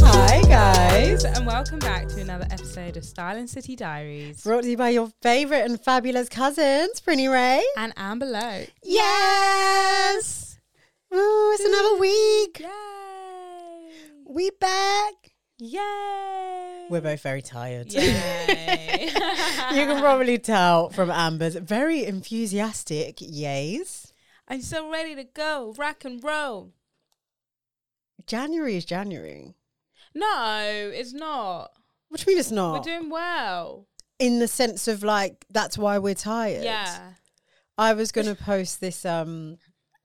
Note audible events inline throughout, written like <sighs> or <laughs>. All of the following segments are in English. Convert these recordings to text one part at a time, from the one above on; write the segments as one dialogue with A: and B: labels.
A: Hi guys, and welcome back to another episode of Style and City Diaries.
B: Brought to you by your favorite and fabulous cousins, Prinny Ray.
A: And Amber Lowe.
B: Yes! Woo, it's another week.
A: Yay!
B: We back.
A: Yay!
B: We're both very tired.
A: Yay!
B: <laughs> You can probably tell from Amber's very enthusiastic yays.
A: I'm so ready to go, rock and roll.
B: January is January.
A: No, it's not.
B: What do you mean it's
A: We're
B: not?
A: doing well.
B: In the sense of like, that's why we're tired.
A: Yeah.
B: I was going to post this um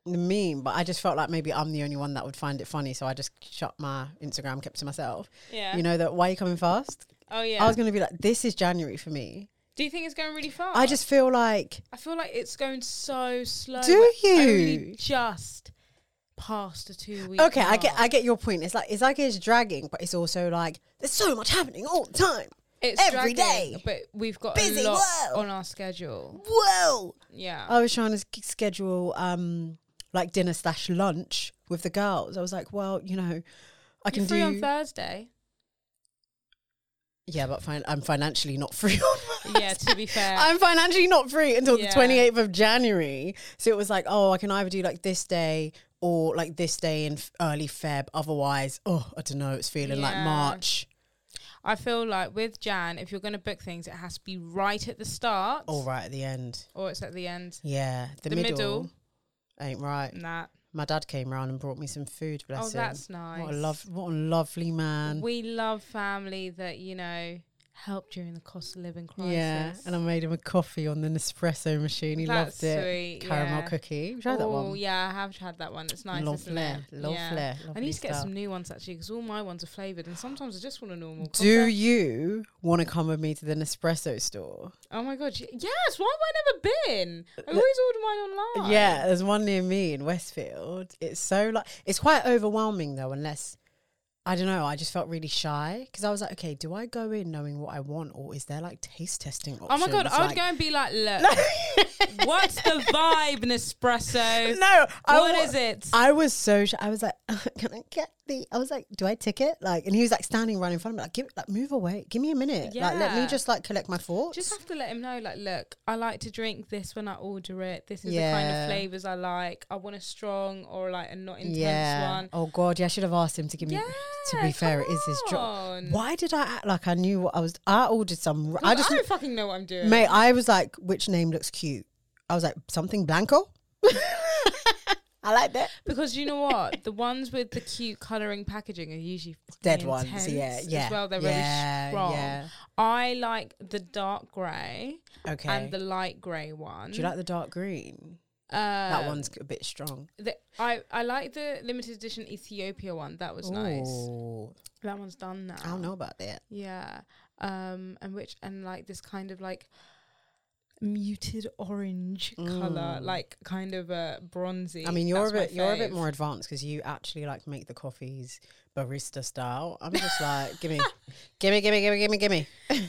B: meme, but I just felt like maybe I'm the only one that would find it funny. So I just shut my Instagram, kept to myself.
A: Yeah.
B: You know that, why are you coming fast?
A: Oh yeah.
B: I was going to be like, this is January for me.
A: Do you think it's going really fast?
B: I just feel like,
A: I feel like it's going so slow.
B: Do
A: We're
B: you?
A: only just past the two weeks.
B: okay, I get, I get your point. It's like, it's like it's dragging, but it's also like, there's so much happening all the time.
A: it's
B: every
A: dragging,
B: day.
A: but we've got
B: Busy
A: a lot
B: world. Oh,
A: on our schedule.
B: Whoa.
A: Yeah.
B: I was trying to sk- schedule um like dinner slash lunch with the girls. I was like, well, you know, I
A: You're
B: can
A: free on
B: do.
A: Thursday.
B: yeah, but fin- I'm financially not <laughs> free on
A: Yeah, to be fair.
B: I'm financially not free until
A: Yeah.
B: the 28th of January. So it was like, oh, I can either do like this day or like this day in f- early Feb. Otherwise, oh, I don't know. It's feeling like
A: Yeah.
B: March.
A: I feel like with Jan, if you're going to book things, it has to be right at the start
B: All Oh, right at the end.
A: or it's at the end.
B: Yeah. The,
A: The
B: middle,
A: middle.
B: ain't right.
A: Nah.
B: My dad came round and brought me some food. Bless
A: Oh,
B: him.
A: that's nice.
B: What a, lov- what a lovely man.
A: We love family that, you know, help during the cost of living crisis.
B: yeah, and I made him a coffee on the Nespresso machine. He
A: That's
B: loved it.
A: sweet,
B: Caramel
A: yeah.
B: cookie. Have you tried that
A: Oh,
B: one?
A: Yeah, I have had that one. It's nice, isn't
B: Lovely,
A: it?
B: lovely,
A: Yeah. I
B: lovely
A: need to get
B: stuff.
A: some new ones actually because all my ones are flavoured and sometimes I just want a normal.
B: Do
A: coffee.
B: you want to come with me to the Nespresso store?
A: Oh my god! y- Yes. Why have I never been? I always order mine online.
B: Yeah, there's one near me in Westfield. It's so like it's quite overwhelming though, unless I don't know. I just felt really shy because I was like, okay, do I go in knowing what I want, or is there like taste testing? Options?
A: Oh my god! I would
B: Like-
A: go and be like, look,
B: <laughs>
A: what's the vibe, Nespresso?
B: No, I
A: What
B: wa-
A: is it?
B: I was so shy. I was like, <laughs> can I get the? I was like, do I tick it? Like, and he was like standing right in front of me, like, give, like, move away, give me a minute, like, let
A: Yeah.
B: me just like collect my thoughts.
A: Just have to let him know, like, look, I like to drink this when I order it. This is the kind of
B: Yeah.
A: flavors I like. I want a strong or like a not intense
B: yeah.
A: one.
B: Oh god, yeah. I should have asked him to give me. to
A: Yeah,
B: be fair, it
A: come
B: is his job.
A: on.
B: Why did I act like I knew what I was? I ordered some. I
A: I,
B: just
A: don't fucking know what I'm doing.
B: Mate, I was like, which name looks cute? I was like, something Blanco. <laughs> I like that.
A: Because you know
B: <laughs>
A: what? the ones with the cute colouring packaging are usually fucking
B: Dead ones,
A: intense
B: yeah, yeah,
A: As well, they're
B: yeah,
A: really strong.
B: yeah.
A: I like the dark grey
B: Okay.
A: and the light grey one.
B: Do you like the dark green?
A: uh,
B: that one's a bit strong.
A: The, I I like the limited edition Ethiopia one. That was nice. Oh,
B: Ooh.
A: That one's done now.
B: I don't know about that.
A: Yeah. Um. And which and like this kind of like muted orange color, like kind of uh, bronzy.
B: Mm. I mean, you're
A: That's
B: a
A: my
B: bit you're a bit
A: fave.
B: more advanced because you actually like make the coffees barista style. I'm just
A: <laughs>
B: like, <laughs> gimme, gimme, gimme, gimme, gimme, gimme.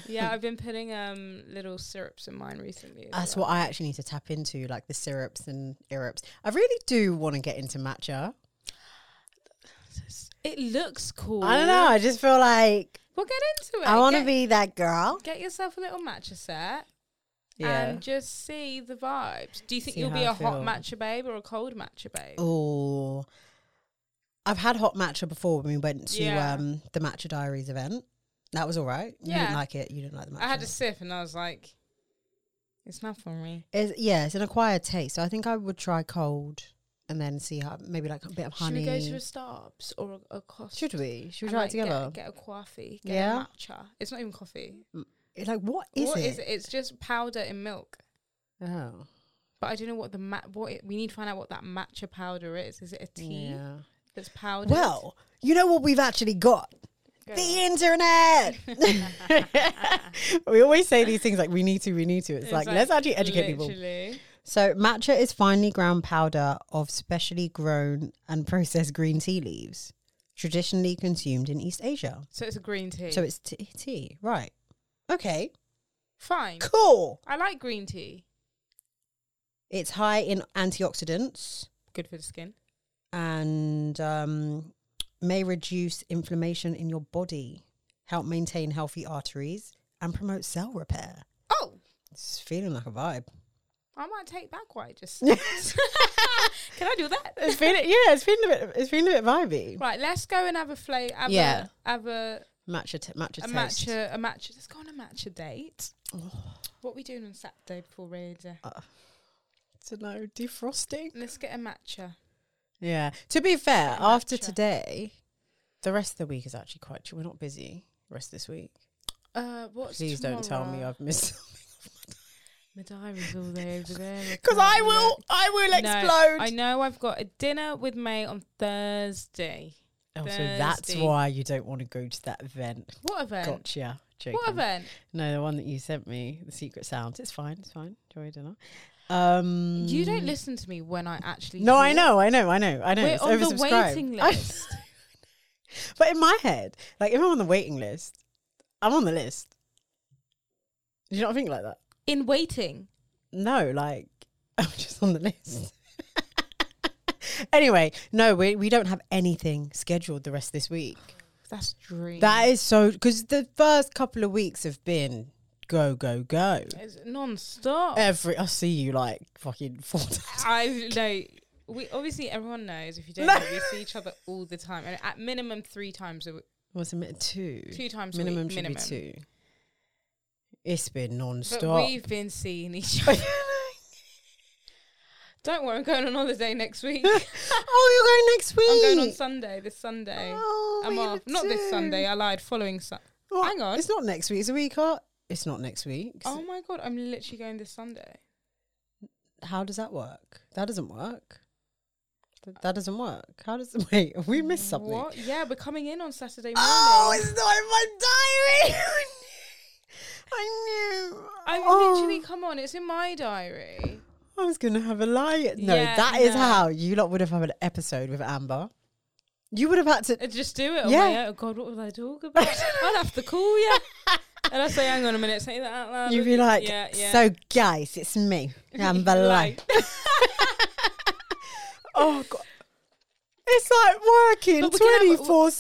A: Yeah, I've been putting um little syrups in mine recently. as
B: That's
A: well.
B: what I actually need to tap into, like the syrups and syrups. I really do want to get into matcha.
A: It looks cool.
B: I don't know. I just feel like
A: We'll get into it.
B: I want to
A: Get-
B: be that girl.
A: Get yourself a little matcha set and just see the vibes. Do you think
B: See
A: you'll be
B: how
A: a
B: I
A: hot
B: feel.
A: matcha babe or a cold matcha babe?
B: Oh, I've had hot matcha before when we went to
A: Yeah.
B: um, the Matcha Diaries event. That was all right. You
A: Yeah.
B: didn't like it. You didn't like the matcha.
A: I had a sip and I was like, it's not for me.
B: It's, yeah, it's an acquired taste. So I think I would try cold and then see how maybe like a bit of honey.
A: Should we go to a Starbucks or a, a Costa?
B: Should we? Should we
A: and,
B: try
A: like,
B: it together?
A: Get, get a coffee. Get
B: Yeah.
A: a matcha. It's not even coffee.
B: It's like, what is
A: What
B: it?
A: is it? It's just powder in milk.
B: Oh,
A: But I don't know what the mat. What it, we need to find out what that matcha powder is. Is it a tea
B: yeah.
A: that's powdered?
B: Well, you know what we've actually got?
A: Go
B: the internet. we always say these things like we need to, we need to. It's, like, let's actually educate people.
A: literally.
B: So matcha is finely ground powder of specially grown and processed green tea leaves, traditionally consumed in East Asia.
A: So it's a green tea.
B: So it's t- tea, right? Okay,
A: fine.
B: cool.
A: I like green tea.
B: It's high in antioxidants
A: Good for the skin.
B: and um, may reduce inflammation in your body, help maintain healthy arteries, and promote cell repair.
A: Oh,
B: It's feeling like a vibe.
A: I might take back what I
B: <laughs>
A: just. <laughs> said. Can I do
B: It's
A: that?
B: feeling,
A: <laughs>
B: yeah, it's feeling a bit, it's feeling a bit vibey.
A: right, let's go and have a flay. Have
B: Yeah.
A: a have a,
B: Matcha, t- matcha,
A: a
B: toast.
A: matcha a matcha. Let's go on a matcha date. What we doing on Saturday before radio?
B: To know defrosting.
A: Let's get a matcha.
B: Yeah. To be fair, after
A: Matcha.
B: today, the rest of the week is actually quite. chill. We're not busy. Rest this week.
A: Uh, what's
B: Please don't tell me
A: tomorrow?
B: I've missed <laughs>
A: My diary's all the way over there. I
B: because
A: can't
B: I
A: look.
B: will. I will <laughs>
A: No,
B: explode.
A: I know I've got a dinner with May on Thursday.
B: oh, so that's
A: Thursday.
B: why you don't want to go to that event.
A: What event?
B: Gotcha. Joking.
A: What event?
B: No, the one that you sent me, the secret sounds. It's fine. It's fine. Enjoy your dinner. Um,
A: You don't listen to me when I actually.
B: No, I
A: talk.
B: know, I know, I know, I know.
A: We're
B: it's
A: on the
B: oversubscribed.
A: waiting
B: <laughs> I-
A: list.
B: But in my head, like if I'm on the waiting list, I'm on the list. Do you not think like that?
A: In waiting.
B: No, like <laughs> I'm just on the list.
A: Mm.
B: <laughs> anyway, no, we we don't have anything scheduled the rest of this week.
A: That's dream.
B: That is so because the first couple of weeks have been go go go.
A: It's non-stop.
B: Every I see you like fucking
A: <laughs>
B: four times.
A: I know. We obviously everyone knows. If you don't,
B: No.
A: know, we see each other all the time, and at minimum three times a week.
B: What's a minute? Two.
A: Two times a week,
B: minimum should
A: minimum.
B: be two. It's been
A: But
B: non-stop.
A: we've been seeing each other. Don't worry, I'm going on holiday next
B: <laughs>
A: week. <laughs>
B: <laughs> oh, you're
A: I'm
B: going next week.
A: going on Sunday. This Sunday.
B: Oh,
A: I'm
B: what are you
A: off.
B: gonna
A: Not
B: do?
A: this Sunday. I lied. Following Sunday.
B: What?
A: Hang on.
B: It's not next week. It's a week off. It's not next week.
A: Oh my god! I'm literally going this Sunday.
B: How does that work? That doesn't work. Th- That doesn't work. How does <laughs> wait? have We missed something.
A: Uh, What? Yeah, we're coming in on Saturday morning.
B: Oh, it's not in my diary. <laughs> I knew.
A: I mean,
B: Oh,
A: literally, come on, it's in my diary.
B: I was gonna have a lie. No,
A: Yeah,
B: that is
A: no.
B: how you lot would have had an episode with Amber. You would have had to.
A: I Uh, just do it. on
B: Yeah.
A: my own. Oh God, what was I talking about? I'll have to call
B: <laughs>
A: you. And I say, hang on a minute, say that out loud.
B: <laughs> You'd be like,
A: yeah, yeah.
B: so guys,
A: <laughs>
B: it's me, Amber Light. Oh god. It's like working
A: But we can
B: twenty
A: have- we
B: four
A: might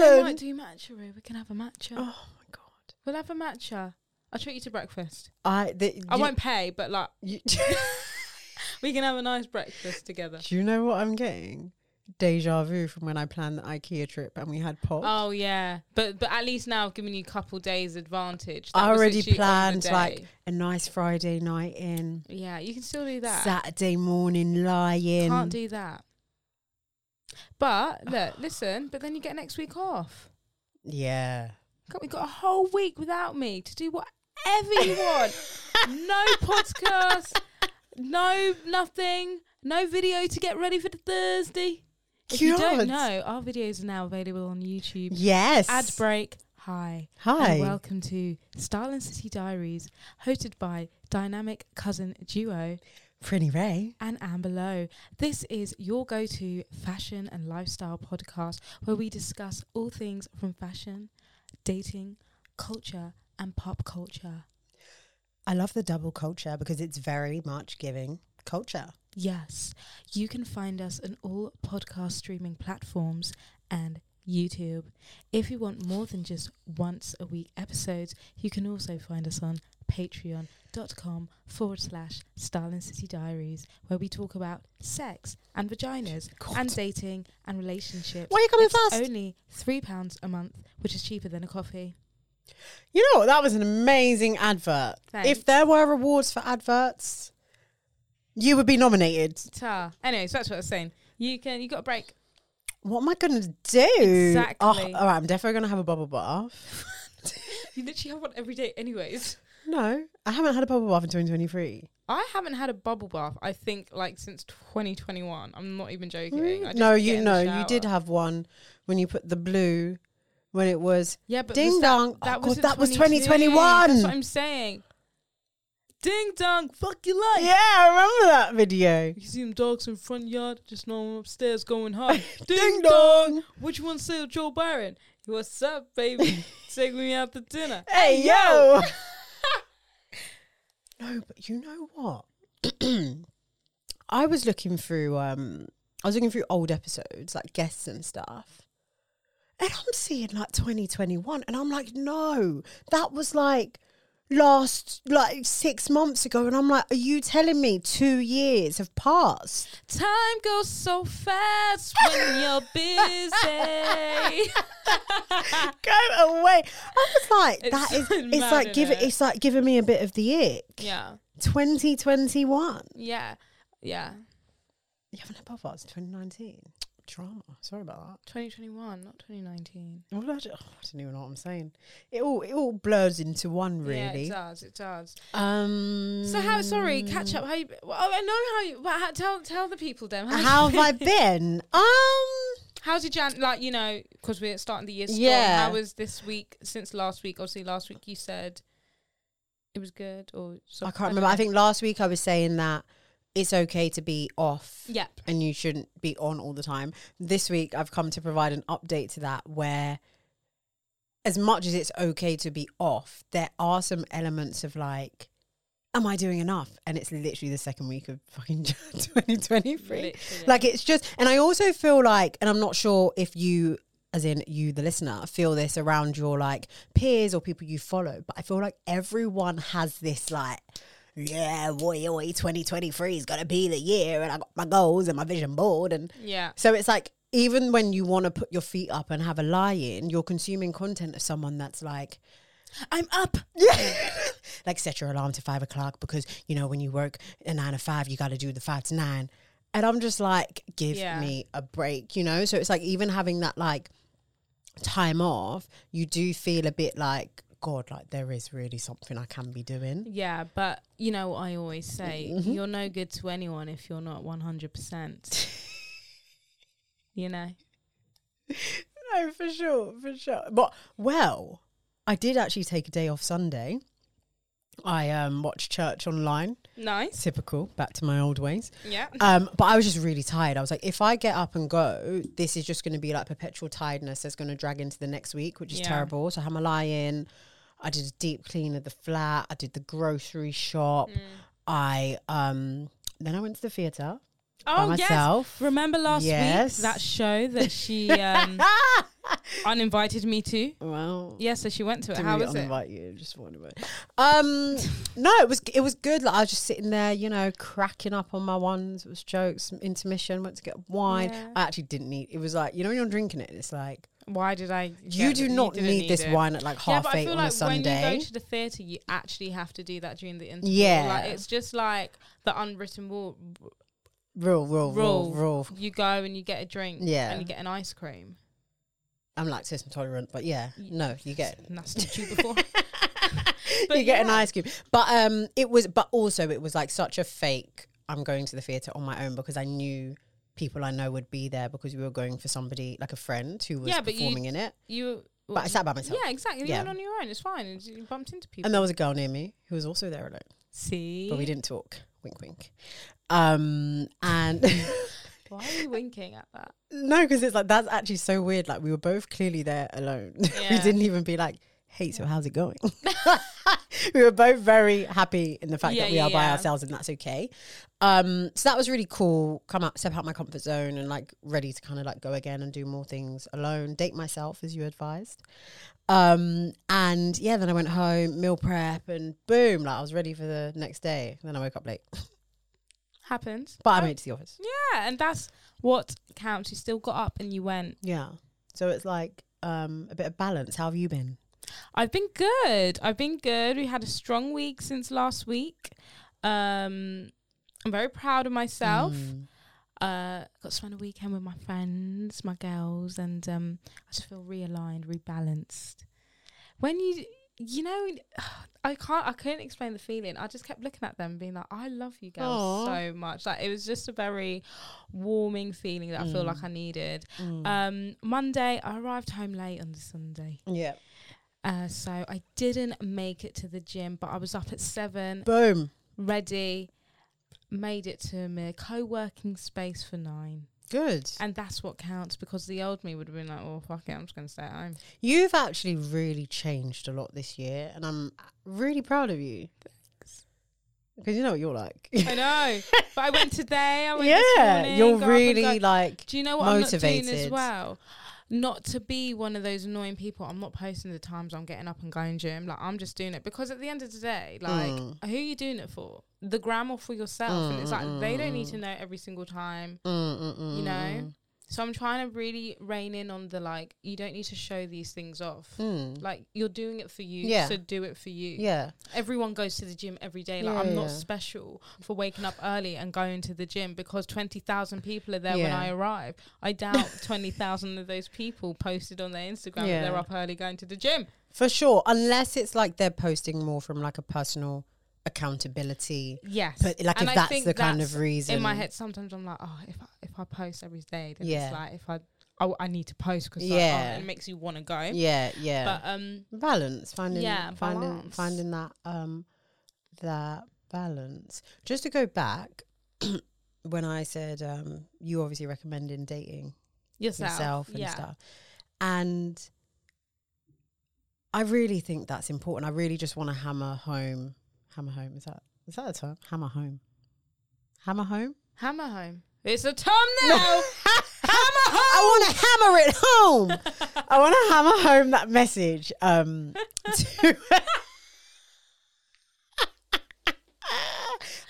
B: seven.
A: do matcha, Roo. We can have a matcha.
B: Oh my god!
A: We'll have a matcha. I'll treat you to breakfast.
B: I the,
A: I
B: you-
A: won't pay, but
B: <laughs>
A: like <laughs>
B: You,
A: we can have a nice breakfast together.
B: do you know what I'm getting? Deja vu from when I planned the IKEA trip and we had pop.
A: Oh yeah, but but at least now I've given you a couple days advantage. That
B: I
A: was
B: already
A: literally on the
B: planned like
A: day.
B: a nice Friday night in,
A: yeah, you can still do that.
B: Saturday morning lying.
A: Can't do that.
B: <sighs>
A: But look, listen. But then you get next week off.
B: yeah.
A: God, we got a whole week without me to do whatever
B: <laughs>
A: you want. no podcast. No nothing. No video to get ready for the Thursday. If you
B: God.
A: don't know, our videos are now available on YouTube.
B: Yes.
A: Ad break. Hi.
B: Hi.
A: And welcome to Style and City Diaries, hosted by dynamic cousin duo
B: Pretty Ray.
A: and Anne Below. This is your go to fashion and lifestyle podcast where we discuss all things from fashion, dating, culture, and pop culture.
B: I love the double culture because it's very much giving culture.
A: Yes, you can find us on all podcast streaming platforms and YouTube. If you want more than just once a week episodes, you can also find us on patreon.com forward slash Style and City Diaries, where we talk about sex and vaginas
B: God.
A: and dating and relationships.
B: Why are you coming
A: it's
B: fast?
A: Only £3 a month, which is cheaper than a coffee.
B: You know what? That was an amazing advert.
A: Thanks.
B: If there were awards for adverts, you would be nominated.
A: Ta. Anyways, that's what I was saying. You can, you got a break.
B: What am I going to do?
A: Exactly.
B: Oh, all right, I'm definitely going to have a bubble bath.
A: You literally have one every day, anyways.
B: No, I haven't had a bubble bath in 2023.
A: I haven't had a bubble bath. I think like since 2021. I'm not even joking. I just
B: Mm. no,
A: get
B: you
A: in the
B: know, you did
A: shower.
B: have one when you put the blue, when it was
A: Yeah, but
B: Ding
A: was that-
B: dong.
A: That,
B: Oh, God,
A: in
B: that was
A: 22.
B: 2021.
A: That's what I'm saying. Ding dong, fuck your life.
B: Yeah, I remember that video.
A: You can see them dogs in front yard, just know I'm upstairs going
B: <laughs>
A: hard. Ding,
B: Ding
A: dong.
B: dong.
A: What you want to say to Joe Byron? What's up,
B: <laughs>
A: baby? Take me out to dinner.
B: Hey <laughs> yo. no, but you know what? <clears throat> I was looking through um I was looking through old episodes, like guests and stuff. And I'm seeing like 2021 and I'm like, "No, that was like last like 6 months ago." And I'm like, "Are you telling me 2 years have passed?" <laughs>
A: Time goes so fast when you're
B: <laughs>
A: <laughs> busy.
B: Go away. I was like,
A: It's <laughs>
B: "That <laughs> is
A: so
B: it's
A: mad,
B: like
A: innit?
B: giving it's like giving me a bit of the ick."
A: yeah,
B: 2021.
A: yeah, yeah.
B: You haven't had Pop Arts in 2019. Drama. Sorry about
A: 2021, not 2019.
B: that. What did I, do? Oh, I don't even know what I'm saying. It all it all blurs into one,
A: Yeah,
B: really.
A: it does. It does.
B: um.
A: So how? Sorry, catch up. How you? Well, I know how you. Well, how, tell tell the people then. How, you
B: How have <laughs>
A: been?
B: I been? Um.
A: How's your Jan? Like you know, because we're starting the year. Strong,
B: Yeah.
A: How was this week since last week? Obviously, last week you said it was good, or
B: I
A: sort of-
B: can't
A: don't
B: remember. I
A: know.
B: think last week I was saying that it's okay to be off.
A: Yep.
B: and you shouldn't be on all the time. This week, I've come to provide an update to that where, as much as it's okay to be off, there are some elements of like, am I doing enough? And it's literally the second week of fucking <laughs> 2023.
A: Literally.
B: Like, it's just, and I also feel like, and I'm not sure if you, as in you, the listener, feel this around your like peers or people you follow, but I feel like everyone has this like, yeah, boy, boy, 2023 is going to be the year, and I got my goals and my vision board. And
A: Yeah.
B: so it's like, even when you want to put your feet up and have a lie in, you're consuming content of someone that's like,
A: I'm up.
B: <laughs> like set your alarm to five o'clock because you know when you work a nine to five, you got to do the five to nine. And I'm just like, give
A: Yeah.
B: me a break, you know. So it's like even having that like time off, you do feel a bit like, God, like there is really something I can be doing.
A: Yeah, but you know what I always say:
B: Mm-hmm.
A: you're no good to anyone if you're not one hundred
B: <laughs>
A: percent. You know.
B: No, for sure, for sure. But well, I did actually take a day off Sunday. I um watched church online.
A: Nice.
B: Typical, back to my old ways.
A: Yeah.
B: Um, but I was just really tired. I was like, if I get up and go, this is just going to be like perpetual tiredness that's going to drag into the next week, which is
A: Yeah.
B: terrible. So I had my lie in. I did a deep clean of the flat. I did the grocery shop.
A: Mm.
B: I um then I went to the theater by
A: Oh yes.
B: myself.
A: Remember last
B: Yes.
A: week that show that she
B: <laughs>
A: um, uninvited me to?
B: Well,
A: Yeah, so she went to it.
B: didn't
A: How
B: really
A: was it?
B: uninvite you, just wanted to- Um, no, it was it was good. Like I was just sitting there, you know, cracking up on my ones. It was jokes, some intermission. Went to get wine.
A: Yeah.
B: I actually didn't need. It was like you know when you're drinking it, it's like
A: Why did I?
B: you
A: get-
B: do not
A: didn't
B: need, this
A: it.
B: wine at like half eight on a
A: when you
B: Sunday.
A: go to the theatre, you actually have to do that during the interval.
B: Yeah.
A: like it's just like the unwritten rule.
B: Rule, rule, rule,
A: Rule.
B: rule.
A: You go and you get a drink.
B: Yeah.
A: and you get an ice cream.
B: I'm lactose intolerant, but yeah, no, you get
A: And that's what you
B: <laughs>
A: before. <laughs> But
B: you get an
A: yeah.
B: ice cream. But um, it was, but also it was like such a fake. I'm going to the theater on my own because I knew people I know would be there because we were going for somebody like a friend who was
A: Yeah, but you-
B: performing in it.
A: You.
B: But I sat by myself,
A: Yeah, exactly.
B: Yeah.
A: You went on your own. It's fine. You just bumped into people.
B: and there was a girl near me who was also there alone,
A: See.
B: but we didn't talk. Wink, wink. Um, and. <laughs>
A: Why are you winking at that?
B: No, because it's like that's actually so weird. Like we were both clearly there alone. <laughs> we
A: Yeah.
B: didn't even be like, "Hey, so how's
A: <laughs>
B: it going?" <laughs> we were both very happy in the fact
A: Yeah,
B: that we
A: yeah,
B: are by
A: yeah.
B: ourselves and that's okay. Um, so that was really cool. Come out, step out my comfort zone, and like ready to kind of like go again and do more things alone. Date myself as you advised. Um, and yeah, then I went home, meal prep, and boom, like I was ready for the next day. then I woke up late,
A: Happens.
B: but I made it to the office.
A: Oh. Yeah, and that's what counts. You still got up and you went.
B: Yeah, so it's like um, a bit of balance. How have you been?
A: I've been good. I've been good. We had a strong week since last week. Um, I'm very proud of myself.
B: Mm.
A: Uh, got to spend a weekend with my friends, my girls, and um, I just feel realigned, rebalanced. When you you know, <sighs> I can't. I couldn't explain the feeling. I just kept looking at them, being like, "I love you girls
B: Aw.
A: so much." Like it was just a very warming feeling that I feel
B: Mm.
A: like I needed.
B: Mm.
A: Um, Monday, I arrived home late on the Sunday,
B: yeah.
A: uh, so I didn't make it to the gym, but I was up at seven,
B: Boom.
A: ready. Made it to my co-working space for nine,
B: Good.
A: and that's what counts because the old me would have been like, "Oh fuck it, I'm just gonna stay at home."
B: You've actually really changed a lot this year, and I'm really proud of you.
A: Thanks.
B: Because you know what you're like.
A: I
B: <laughs>
A: know, but I went today. I went this
B: yeah,
A: morning,
B: you're
A: got up and
B: really
A: go-
B: like.
A: Do you know what I'm not doing as
B: motivated.
A: well? Not to be one of those annoying people. I'm not posting the times I'm getting up and going gym. Like I'm just doing it because at the end of the day, like
B: Mm.
A: who are you doing it for? The gram or for yourself? and it's
B: Hmm,
A: like they don't need to know every single time.
B: Mm, mm, mm,
A: You know? So I'm trying to really rein in on the like. You don't need to show these things off.
B: mm. Mm.
A: Like you're doing it for you,
B: Yeah.
A: so do it for you.
B: Yeah.
A: Everyone goes to the gym every day. Like
B: Yeah,
A: I'm not
B: yeah.
A: special for waking up early and going to the gym because twenty thousand people are there when
B: Yeah.
A: I arrive. I doubt <laughs> twenty thousand of those people posted on their Instagram that they're
B: Yeah.
A: up early going to the gym.
B: For sure, unless it's like they're posting more from like a personal accountability.
A: Yes,
B: But like
A: And I
B: if that's
A: think
B: the kind
A: that's
B: of reason
A: in my head, sometimes I'm like, oh, if I, if I post every day, then
B: Yeah.
A: it's like if I oh I need to post because
B: Yeah.
A: it makes you want to go.
B: Yeah, yeah.
A: But um,
B: balance, finding
A: Yeah,
B: finding
A: balance.
B: finding that um that balance. Just to go back <clears throat> when I said um you obviously recommending dating
A: yourself,
B: yourself and
A: yeah,
B: stuff. And I really think that's important. I really just want to hammer home hammer home. Is that is that a term? Hammer home. Hammer home?
A: hammer home. It's a term
B: <laughs>
A: now. hammer home.
B: I want to hammer it home. <laughs> I want to hammer home that message. Um, to <laughs>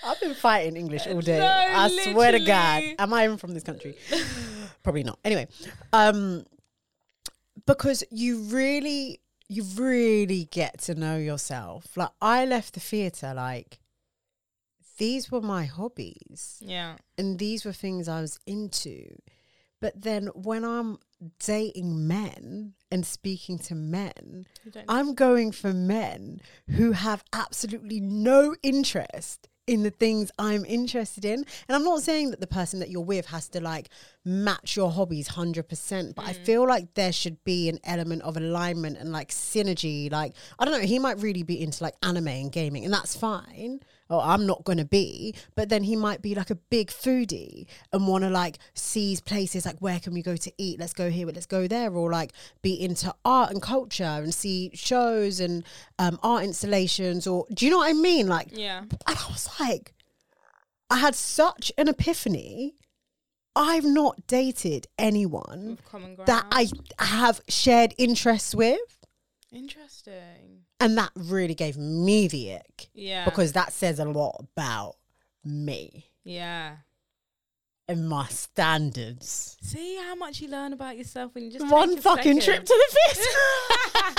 B: I've been fighting English all day.
A: No,
B: I swear to God.
A: literally.
B: Am I even from this country? Probably not. Anyway, um, because you really, you really get to know yourself. Like I left the theater, like these were my hobbies
A: Yeah.
B: and these were things I was into. But then when I'm dating men and speaking to men,
A: You don't
B: I'm going for men who have absolutely no interest in the things I'm interested in. And I'm not saying that the person that you're with has to like match your hobbies 100%, but I feel like there should be an element of alignment and like synergy. Like, I don't know, he might really be into like anime and gaming, and that's fine. Oh, I'm not going to be. But then he might be like a big foodie and want to like seize places like where can we go to eat? Let's go here, let's go there. Or like be into art and culture and see shows and um, art installations. Or do you know what I mean? Like,
A: Yeah.
B: and I was like, I had such an epiphany. I've not dated anyone
A: With common ground.
B: that I have shared interests with.
A: Interesting.
B: And that really gave me the ick
A: Yeah.
B: because that says a lot about me
A: yeah.
B: and my standards.
A: See how much you learn about yourself when you just
B: One
A: take a
B: fucking
A: second.
B: trip to the theatre.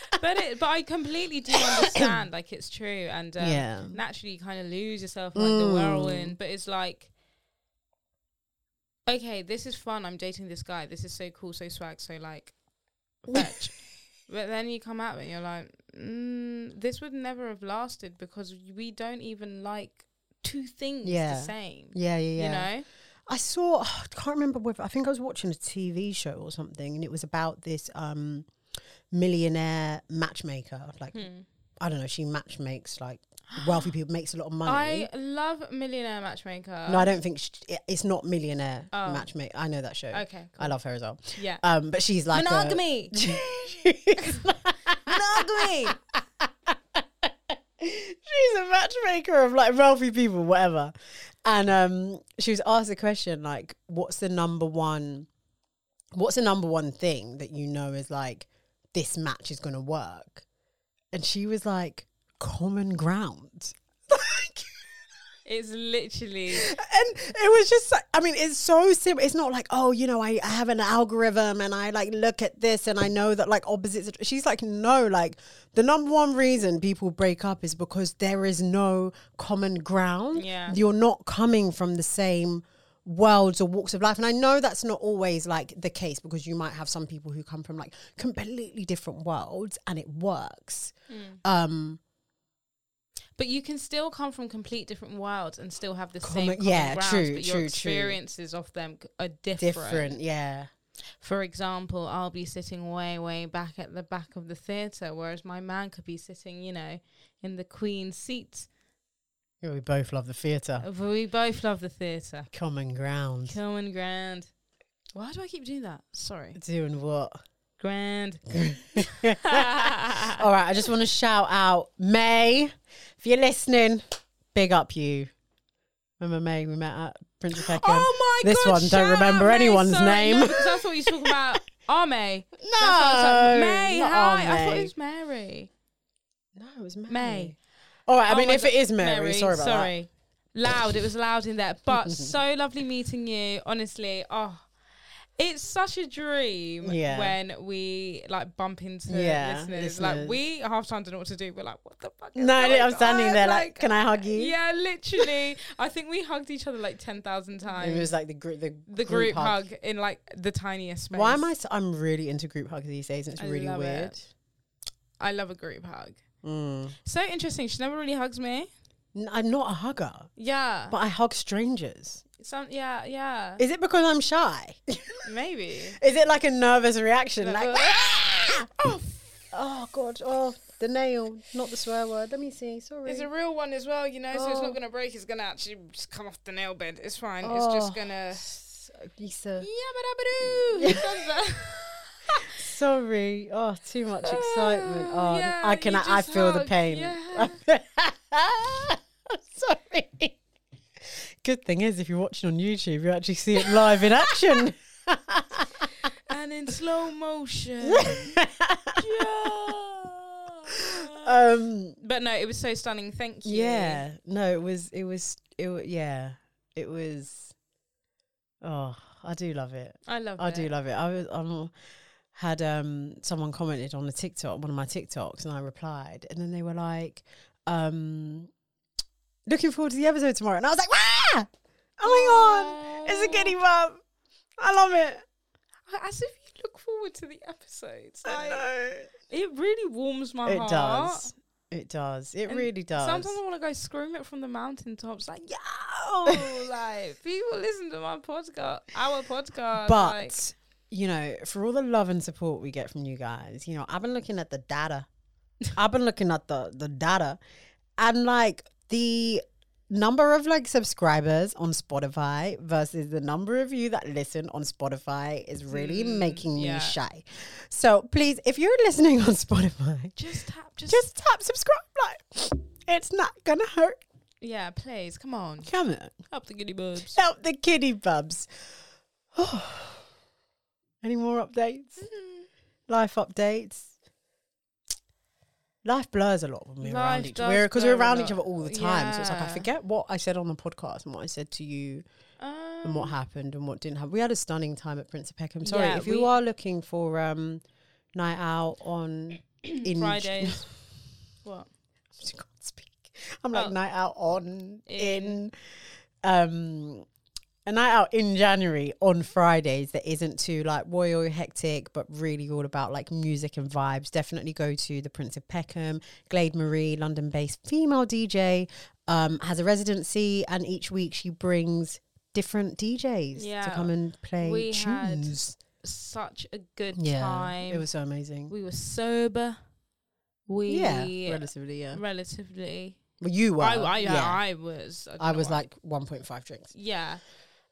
A: <laughs> but it, but I completely do understand. like it's true, and um,
B: Yeah. Mm.
A: naturally you kind of lose yourself in, like the whirlwind. But it's like, okay, this is fun. I'm dating this guy. This is so cool, so swag, so like,
B: <laughs>
A: fetch. but then you come out and you're like, mm, this would never have lasted because we don't even like two things
B: Yeah.
A: the same.
B: yeah, yeah, yeah.
A: You know.
B: I saw. <sighs> I can't remember whether I think I was watching a TV show or something, and it was about this um, millionaire matchmaker. Like
A: Hmm.
B: I don't know, she match makes like wealthy people, makes a lot of money.
A: I love Millionaire Matchmaker.
B: no, I don't think sh it- it's not millionaire
A: Oh.
B: matchmaker. I know that show.
A: Okay,
B: I love her as well.
A: Yeah.
B: Um, but <laughs> she's like a-
A: Monogamy.
B: she's
A: Monogamy.
B: she's a matchmaker of like wealthy people, whatever. And um, she was asked a question like, "What's the number one? What's the number one thing that you know is like this match is going to work?" And she was like, "Common ground." <laughs> Like,
A: It's <laughs> literally
B: and it was just like- i mean it's so simple it's not like oh you know I, I have an algorithm and i like look at this and i know that like opposites attra- she's like no like the number one reason people break up is because there is no common ground
A: Yeah.
B: you're not coming from the same worlds or walks of life. And I know that's not always like the case because you might have some people who come from like completely different worlds and it works. Um,
A: But you can still come from complete different worlds and still have the
B: Common-
A: same common
B: yeah,
A: grounds,
B: true,
A: but
B: true, true.
A: your experiences of them c- are different.
B: different. yeah.
A: For example, I'll be sitting way, way back at the back of the theatre, whereas my man could be sitting, you know, in the queen's seat.
B: Yeah, we both love the theatre.
A: Uh, We both love the theatre.
B: Common ground.
A: Common Grand. Why do I keep doing that? Sorry.
B: Doing what?
A: Grand.
B: All right, I just want to shout out May. If you're listening, big up you. Remember May we met at Prince of Peckham?
A: Oh my
B: This
A: God,
B: one, don't
A: shout out
B: remember
A: May.
B: anyone's
A: Sorry,
B: name.
A: No, because I thought you were talking
B: <laughs>
A: about Arme.
B: no,
A: May, hi.
B: not our
A: I thought
B: May.
A: it was Mary.
B: No, it was May.
A: May.
B: All right, I
A: Oh
B: mean,
A: my
B: if
A: God,
B: it is Mary, sorry about that.
A: sorry. Loud, it was loud in there. But so <laughs> lovely meeting you, honestly. Oh, it's such a dream
B: Yeah.
A: when we like bump into
B: Yeah,
A: listeners.
B: listeners.
A: Like we half time don't know what to do. We're like, what the fuck? Is
B: No,
A: going
B: I'm standing
A: on?
B: there like, can I hug you?
A: Yeah, literally. <laughs> I think we hugged each other like ten thousand
B: It <laughs>
A: times.
B: was like the group, the,
A: The group hug. in like the tiniest space.
B: Why am I? So, I'm really into group hugs these days, and it's
A: I
B: really
A: love
B: weird.
A: it. I love a group hug.
B: Mm.
A: So interesting. She never really hugs me.
B: N- I'm not a hugger,
A: Yeah.
B: but I hug strangers.
A: Some. Yeah. Yeah.
B: Is it because I'm shy? is
A: Maybe.
B: it like a nervous
A: Uh.
B: reaction? <laughs> Like,
A: oh,
B: <laughs> oh god, oh the nail, not the swear word. Let me see. Sorry.
A: it's a real one as well, you know. So it's
B: Oh.
A: not gonna break. It's gonna actually just come off the nail bed. It's fine. It's just
B: Oh.
A: gonna.
B: Lisa.
A: Yabba-dabba-doo. Who does that? <laughs>
B: Sorry. Oh, too much excitement. Oh,
A: yeah,
B: I can.
A: you
B: I
A: just
B: feel the
A: hug,
B: pain.
A: yeah.
B: <laughs> Sorry. Good thing is, if you're watching on YouTube, you actually see it live in action. <laughs>
A: and in slow
B: <laughs>
A: motion. Yeah.
B: um.
A: But no, it was so stunning. Thank you.
B: Yeah. No, it was. It was. It. wa- Yeah. It was. Oh, I do love it.
A: I love.
B: I do love it. I was um, had um someone commented on a TikTok, one of my TikToks, and I replied, and then they were like, um, "Looking forward to the episode tomorrow," and I was like, "Wah! Oh my god, it's a goodie bump! I love it."
A: As if you look forward to the episodes.
B: I
A: Like,
B: know.
A: it really warms my
B: It
A: heart.
B: does. It does. It
A: And
B: really does.
A: Sometimes I want to go scream it from the mountaintops, like
B: Oh.
A: <laughs> yo, like people listen to my podcast, our podcast.
B: but
A: like,
B: you know, for all the love and support we get from you guys, you know, I've been looking at the
A: <laughs>
B: data. I've been looking at the the data, and like the number of like subscribers on Spotify versus the number of you that listen on Spotify is really
A: Mm,
B: making
A: yeah.
B: me shy. So please, if you're <laughs> listening on Spotify,
A: just tap, just,
B: just tap subscribe. Like, it's not gonna hurt.
A: yeah, please, come on,
B: Come on,
A: up the goody
B: <laughs>
A: boobs.
B: help the kitty bubs. <sighs> Any more updates?
A: Mm-hmm.
B: life updates. Life blurs a lot when we're around
A: Life
B: each
A: does
B: other because we're
A: blur a
B: around each
A: lot.
B: other all the time. So it's like I
A: Yeah.
B: forget what I said on the podcast and what I said to you and what
A: Um,
B: happened and what didn't happen. We had a stunning time at Prince of Peckham. Sorry,
A: Yeah,
B: if you
A: we-
B: are looking for um night out on
A: <clears throat>
B: in <laughs>
A: Fridays. what?
B: I can't speak. I'm like
A: Oh.
B: night out on
A: In.
B: in. um a night out in January on Fridays that isn't too like royal hectic, but really all about like music and vibes. Definitely go to the Prince of Peckham, Glade Marie, London-based female DJ, um, has a residency, and each week she brings different DJs to
A: Yeah.
B: come and play
A: We had
B: tunes.
A: Such a good
B: yeah,
A: time.
B: it was so amazing.
A: we were sober. We
B: yeah, relatively. Yeah,
A: relatively.
B: well, you were.
A: I, I,
B: yeah.
A: I was. I, don't
B: I
A: know
B: was
A: why.
B: like 1.5 drinks.
A: Yeah.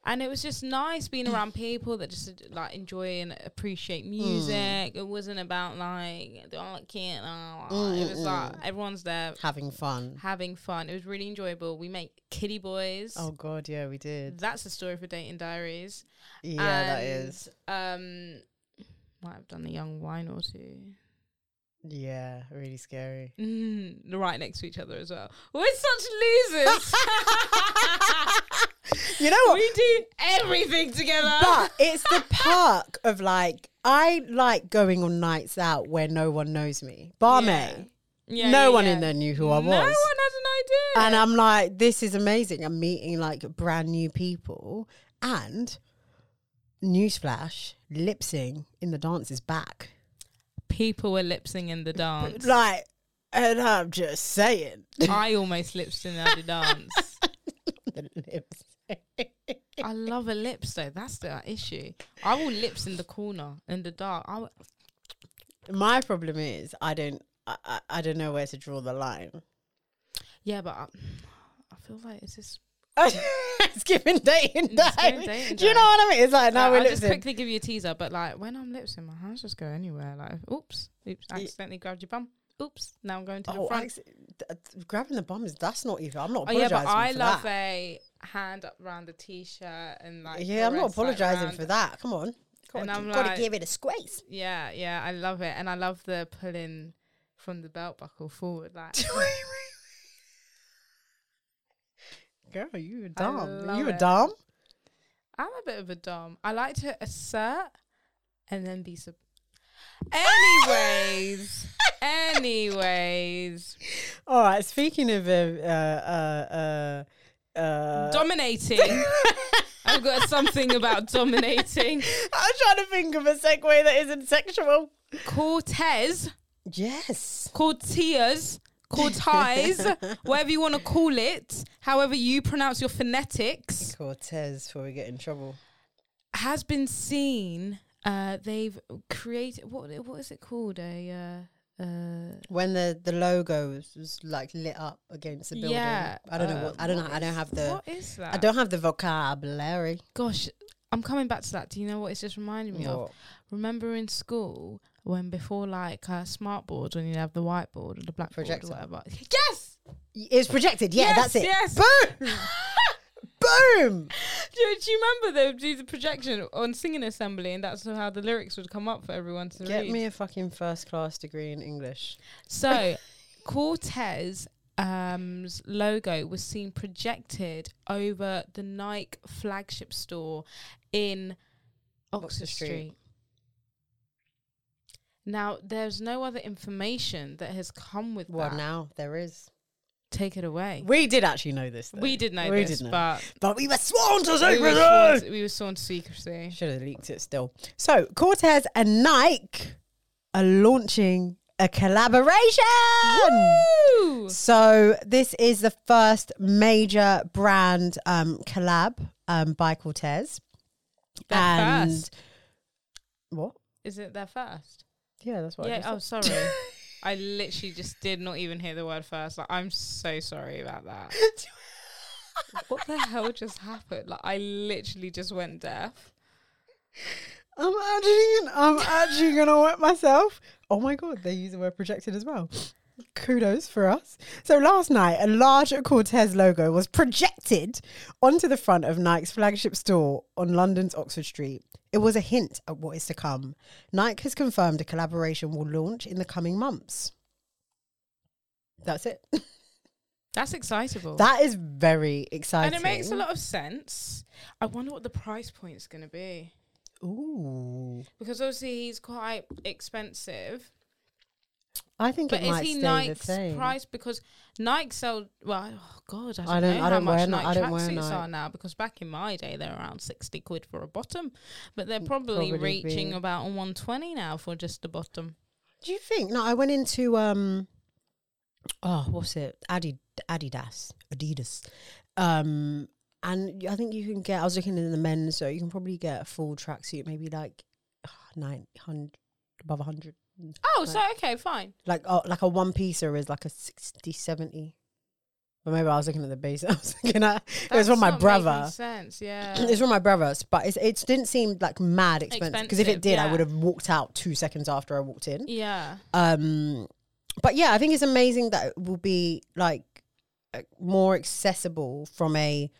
A: And it was just nice being
B: Mm.
A: around people that just uh, like enjoy and appreciate music. It wasn't about like oh I can't. Oh, oh."
B: Mm,
A: it was like everyone's there
B: Having fun.
A: having fun. It was really enjoyable. We make kiddie boys.
B: Oh, God. Yeah, we did.
A: That's a story for dating diaries.
B: Yeah, that
A: And,
B: is.
A: Um, might have done a young wine or two.
B: Yeah, really scary.
A: Mm, right next to each other as well. We're such
B: <laughs>
A: losers.
B: You know what?
A: we do everything together.
B: <laughs> but it's the perk of like I like going on nights out where no one knows me. Barmaid.
A: Yeah,
B: no
A: yeah,
B: one
A: yeah.
B: in there knew who I was.
A: No one had an idea.
B: And I'm like, this is amazing. I'm meeting like brand new people And newsflash, lip sync in the dance is back.
A: People were lipsing in the dance.
B: Like, and I'm just saying. <laughs>
A: I almost lipsed in the dance.
B: the lips.
A: <laughs> I love a lips though. That's the issue. I will lips in the corner in the dark. I will,
B: My problem is I don't I, I, I don't know where to draw the line. <laughs>
A: yeah, but I, I feel like it's just.
B: it's giving dating
A: It's
B: time.
A: giving dating
B: Do you know
A: time.
B: what I mean? It's like now
A: Like,
B: we're
A: I'll just
B: lipsing.
A: quickly give you a teaser, but like when I'm lipsing, my hands just go anywhere. Like, oops, oops, I
B: Ye-
A: accidentally grabbed your bum. Oops, now I'm going to the
B: Oh,
A: front.
B: Alex, th- th- grabbing the bum is that's not even. I'm not
A: Oh yeah,
B: apologizing
A: but I
B: for
A: love
B: that.
A: a hand up round the t-shirt and like
B: yeah, I'm
A: caress,
B: not
A: like,
B: apologizing
A: round-
B: for that. Come on, gotta,
A: And I'm
B: gi- gotta
A: like-
B: give it a squeeze. <laughs>
A: Yeah, yeah, I love it, and I love the pulling from the belt buckle forward. <laughs> Like,
B: Girl, you were
A: I
B: dumb. You
A: love
B: were
A: it. <laughs>
B: dumb.
A: I'm a bit of a dom. I like to assert and then be sub. Anyways, anyways,
B: All right. Speaking of uh, uh, uh,
A: <laughs> <laughs>
B: uh,
A: dominating. I've got something about dominating.
B: I'm trying to think of a segue that isn't sexual.
A: Cortez,
B: Yes.
A: <laughs> Cortias, Cortez, whatever you want to call it, however you pronounce your phonetics,
B: Cortez, before we get in trouble.
A: has been seen. Uh, they've created what? What is it called? A uh, uh,
B: When the the logo was, was like lit up against the building. I don't know
A: uh,
B: what. I don't know. I don't
A: is-
B: have the.
A: What is that?
B: I don't have the vocabulary.
A: Gosh, I'm coming back to that. Do you know what it's just reminding me of?
B: What?
A: Remember in school when before like uh, smart boards when you have the whiteboard or the blackboard
B: Projector.
A: or whatever. <laughs> Yes.
B: It's projected. Yeah,
A: Yes,
B: that's it.
A: yes.
B: <laughs> Boom. Boom.
A: Do, do you remember they would do the projection on singing assembly and that's how the lyrics would come up for everyone to
B: Get
A: read?
B: me a fucking first class degree in English.
A: So, Cortez um's logo was seen projected over the Nike flagship store in Oxford
B: Oxford
A: Street.
B: Street.
A: Now, there's no other information that has come with
B: Well,
A: that.
B: now there is.
A: Take it away.
B: We did actually know this. Though.
A: We did know
B: We
A: this,
B: did know.
A: but
B: but we were sworn to
A: we were, sworn
B: secrecy.
A: to, we were sworn to secrecy.
B: Should have leaked it still. So Cortez and Nike are launching a collaboration.
A: Woo!
B: So this is the first major brand um, collab um, by Cortez.
A: Their
B: and
A: first.
B: what?
A: Is it their first?
B: Yeah, that's what. I
A: yeah.
B: just
A: Oh,
B: said.
A: sorry.
B: <laughs>
A: I literally just did not even hear the word first. Like, I'm so oh, sorry <laughs> about that.
B: <laughs>
A: what the hell just happened? Like, I literally just went deaf.
B: I'm actually, gonna- I'm actually gonna wet myself. Oh my god, they use the word projected as well. Kudos for us. So last night, a large Cortez logo was projected onto the front of Nike's flagship store on London's Oxford Street. It was a hint at what is to come. Nike has confirmed a collaboration will launch in the coming months. That's it.
A: That's excitable.
B: That is very exciting.
A: and it makes a lot of sense. I wonder what the price point's going to be.
B: Ooh,
A: Because obviously he's quite expensive.
B: I think
A: But
B: it
A: is
B: might
A: he
B: stay the
A: Nike's
B: same.
A: price? Because Nike sell well. Oh God, I don't,
B: I don't-
A: know
B: I don't
A: how
B: wear
A: much
B: Ni-
A: Nike
B: I don't wear
A: tracksuits
B: Nike.
A: are now. Because back in my day, they're around sixty quid for a bottom, but they're
B: Mm,
A: probably,
B: probably
A: reaching
B: be.
A: about one twenty now for just the bottom.
B: Do you think? No, I went into um, oh, what's it? Adi- Adidas, Adidas, um, and I think you can get. I was looking in the men's, so you can probably get a full tracksuit, maybe like <sighs> nine hundred above hundred.
A: Oh,
B: Right.
A: so okay, fine.
B: Like oh, like a one piecer is like a 60, 70. But maybe I was looking at the base. <laughs> I was looking at it was
A: That's
B: from my
A: not making
B: brother.
A: Sense, yeah.
B: <laughs> It's from my brother's, but it's, it didn't seem like mad expensive. Because if it
A: Expensive,
B: did, I
A: yeah.
B: would have walked out two seconds after I walked in.
A: yeah,
B: Um, but yeah, I think it's amazing that it will be like uh, more accessible from a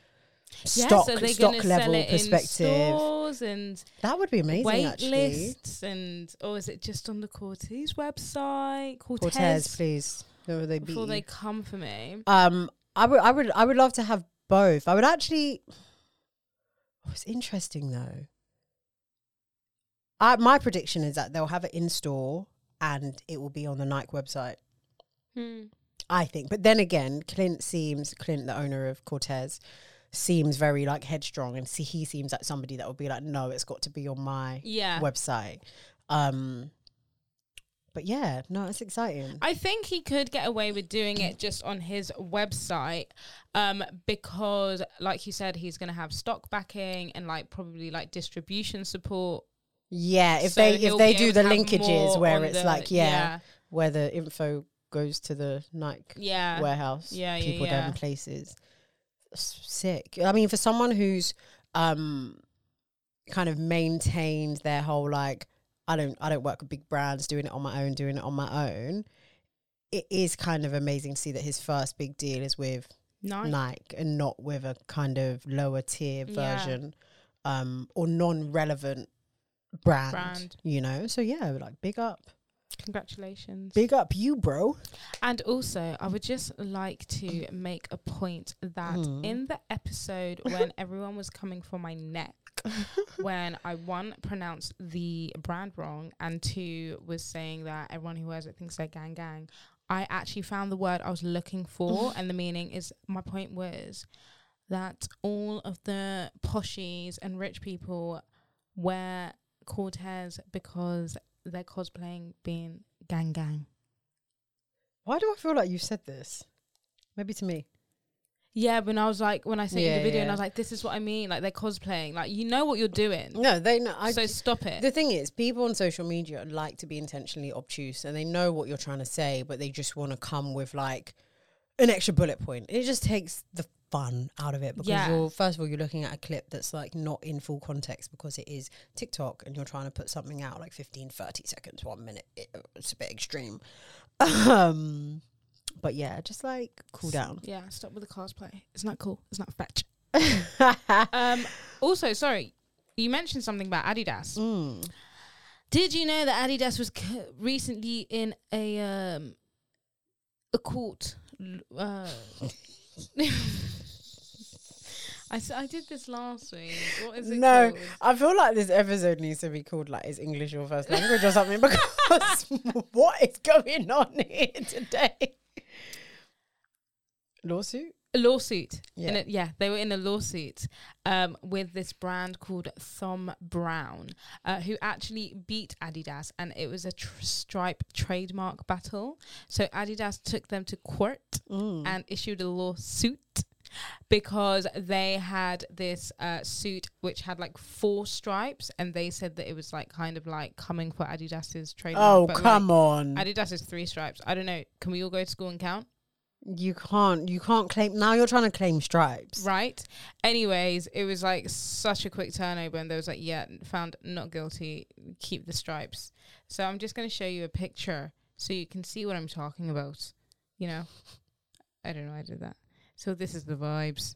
B: stock
A: yeah, so they're
B: stock
A: gonna sell
B: level
A: it in
B: perspective.
A: stores and
B: That would be amazing.
A: wait
B: actually,
A: lists and or is it just on the Cortez website? Cortez,
B: Cortez, please. Whoever they
A: before
B: be.
A: they come for me.
B: um, I would, I would, I would love to have both. I would actually. Oh, it's interesting though. I, my prediction is that they'll have it in store and it will be on the Nike website.
A: Hmm.
B: I think. But then again, Clint seems Clint, the owner of Cortez, seems very like headstrong, and see, he seems like somebody that would be like, no, it's got to be on my
A: Yeah.
B: website. Um, but yeah, no, it's exciting.
A: I think he could get away with doing it just on his website um, because, like you said, he's going to have stock backing and like probably like distribution support.
B: yeah, if
A: So
B: they
A: he'll
B: if they
A: be
B: do
A: able
B: the
A: to have
B: linkages
A: more
B: where
A: on
B: it's
A: the-
B: like yeah, where the info goes to the Nike
A: yeah, yeah,
B: warehouse,
A: Yeah, yeah,
B: people down
A: yeah.
B: in places. S- Sick. I mean, for someone who's um kind of maintained their whole like I don't I don't work with big brands, doing it on my own, doing it on my own. It is kind of amazing to see that his first big deal is with
A: nice.
B: Nike and not with a kind of lower tier
A: Yeah.
B: version um, or non relevant brand,
A: Brand.
B: You know, so yeah, like big up,
A: Congratulations.
B: big up you, bro. <laughs>
A: And also, I would just like to make a point that
B: Mm.
A: in the episode when everyone was coming for my neck, when I one pronounced the brand wrong and two was saying that everyone who wears it thinks they're gang gang, I actually found the word I was looking for, and the meaning is my point was that all of the poshies and rich people wear Cortez because they're cosplaying being gang gang.
B: Why do I feel like you said this? Maybe to me.
A: Yeah, when I was like, when I sent you
B: Yeah,
A: the video, and I
B: yeah.
A: was like, this is what I mean. Like, they're cosplaying. Like, you know what you're doing.
B: No, they know. I,
A: so stop it.
B: the thing is, people on social media like to be intentionally obtuse and they know what you're trying to say, but they just want to come with like an extra bullet point. It just takes the fun out of it because
A: Yeah.
B: you're, first of all, you're looking at a clip that's like not in full context because it is TikTok and you're trying to put something out like 15, 30 seconds, one minute. It- uh, it's a bit extreme. <laughs> Um, but yeah, just like cool down. <laughs>
A: yeah, stop with the cosplay. It's not cool. It's not fetch. Um, also, sorry, you mentioned something about Adidas.
B: Mm.
A: Did you know that Adidas was c- recently in a um, a court? l- Uh, <laughs> I, s- I did this last week. What is it
B: No,
A: called?
B: I feel like this episode needs to be called like "Is English your first language" or something because <laughs> what is going on here today? Lawsuit.
A: a lawsuit. Yeah. In
B: Yeah.
A: a, yeah, they were in a lawsuit um, with this brand called Thom Brown, uh, who actually beat Adidas, and it was a tr- stripe trademark battle. So Adidas took them to court
B: Mm.
A: and issued a lawsuit because they had this uh, suit which had like four stripes, and they said that it was like kind of like coming for Adidas's trademark.
B: Oh
A: but,
B: come
A: like,
B: on!
A: Adidas is three stripes. I don't know. Can we all go to school and count?
B: you can't. You can't claim. Now you're trying to claim stripes.
A: Right. Anyways, it was like such a quick turnover, and there was like, yeah, found not guilty. Keep the stripes. So I'm just gonna show you a picture so you can see what I'm talking about. You know, I don't know. why I did that. So this is the vibes.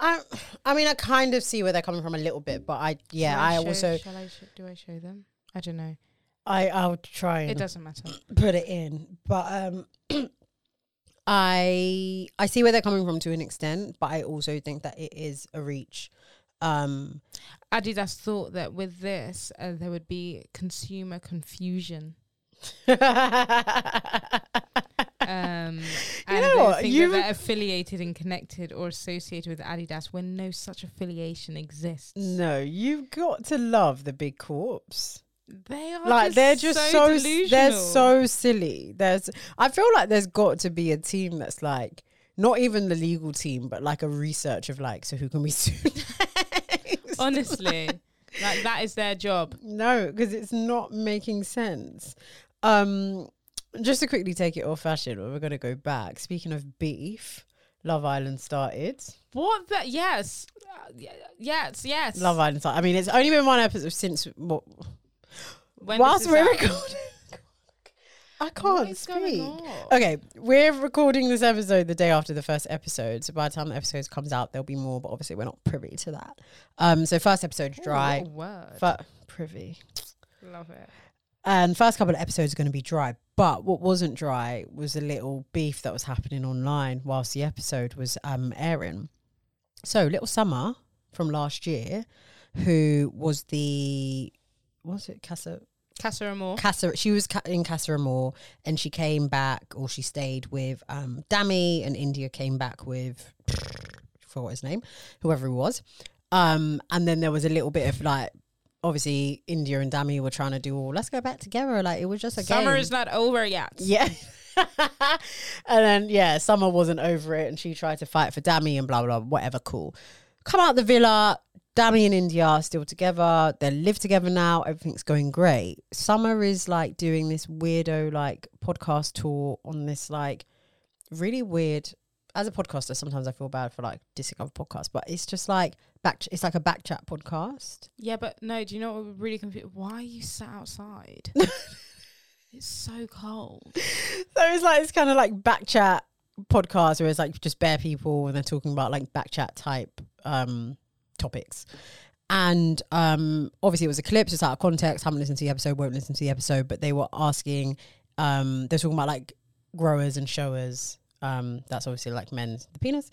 B: I. I mean, I kind of see where they're coming from a little bit, but I. Yeah,
A: Shall
B: I,
A: show-
B: also.
A: Shall I sh- do I show them? I don't know.
B: I. I'll try. And
A: It doesn't matter.
B: put it in but um <clears throat> i i see where they're coming from to an extent but i also think that it is a reach um
A: Adidas thought that with this uh, there would be consumer
B: <laughs>
A: confusion. um, and
B: know
A: they
B: what?
A: think
B: You-
A: that they're affiliated and connected or associated with Adidas when no such affiliation exists.
B: no you've got to love the big corpse
A: They are Oh,
B: like
A: just
B: they're just so, s-
A: delusional.
B: they're so silly there's i feel like there's got to be a team that's like not even the legal team but like a research of like so who <laughs> can we sue next?
A: <laughs> honestly like that is their job.
B: <laughs> No, because it's not making sense. Um, just to quickly take it off fashion, we're going to go back. Speaking of beef, Love Island started.
A: What the yes, Uh, y- yes, yes.
B: Love Island started. I mean, it's only been one episode since. What,
A: When this
B: whilst
A: is
B: we're
A: out.
B: recording. I can't
A: what is
B: speak.
A: going on?
B: Okay, we're recording this episode the day after the first episode. So by the time the episode comes out, there'll be more, but obviously we're not privy to that. Um, so first episode's
A: Ooh,
B: dry.
A: what a word.
B: But privy.
A: Love it.
B: And first couple of episodes are going to be dry. But what wasn't dry was a little beef that was happening online whilst the episode was um, airing. So little Summer from last year, who was the was it Casa
A: Casa Amor.
B: Casa, she was ca- in Casa Amor and she came back or she stayed with um, Dammy and India came back with, for his name, whoever he was. Um, and then there was a little bit of like, obviously India and Dammy were trying to do all, let's go back together. Like it was just a
A: Summer
B: game.
A: is not over yet.
B: Yeah. <laughs> and then yeah, Summer wasn't over it and she tried to fight for Dammy and blah blah whatever cool. Come out the villa, Dammy and India are still together, they live together now, everything's going great. Summer is like doing this weirdo like podcast tour on this like really weird as a podcaster, sometimes I feel bad for like dissing other podcasts, but it's just like back it's like a back chat podcast.
A: Yeah, but no, do you know what would really confused? Why are you sat
B: <laughs>
A: outside? it's so cold.
B: So it's like it's kind of like back chat podcast where it's like just bare people and they're talking about like back chat type um topics. And um obviously it was a clip, so it's out of context, haven't listened to the episode, won't listen to the episode, but they were asking um they're talking about like growers and showers. Um that's obviously like men's the penis.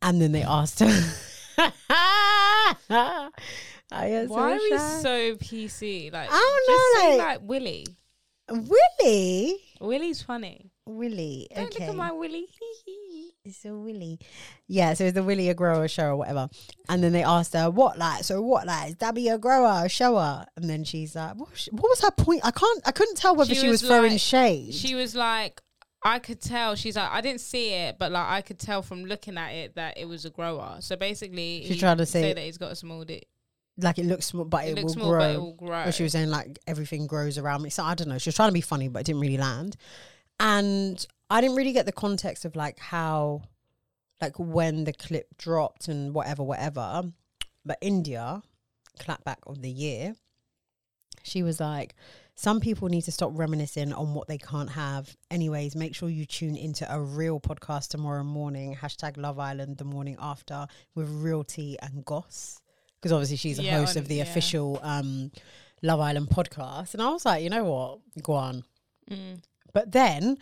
B: And then they asked <laughs> I am so
A: Why are we
B: shy.
A: so PC? Like,
B: I don't
A: just say,
B: know,
A: like, Willy.
B: Willy?
A: Willie's funny.
B: Willy.
A: Don't
B: okay.
A: look at my <laughs> Willy.
B: It's a Willy. Yeah, so it's the Willy a grower, shower, whatever. And then they asked her, what like? So what like? Is Dabby a grower, a shower? And then she's like, what, was she- what was her point? I can't, I couldn't tell whether she,
A: She
B: was,
A: was
B: throwing
A: like-
B: shade.
A: she was like, I could tell. She's like, I didn't see it, but like, I could tell from looking at it that it was a grower. So basically,
B: She
A: he
B: tried to say-
A: that he's got a small dick.
B: like it looks small, but
A: It,
B: it, will
A: looks small,
B: grow.
A: but it will grow.
B: Or she was saying like everything grows around me. So I don't know. She was trying to be funny, but it didn't really land. And I didn't really get the context of like how, like when the clip dropped and whatever, whatever. But India, clapback of the year, she was like, some people need to stop reminiscing on what they can't have. Anyways, make sure you tune into a real podcast tomorrow morning. Hashtag Love Island the morning after with real tea and goss. Because obviously she's a
A: Yeah,
B: host
A: on-
B: of the
A: yeah.
B: official um, Love Island podcast. And I was like, you know what? Go on.
A: Mm.
B: But then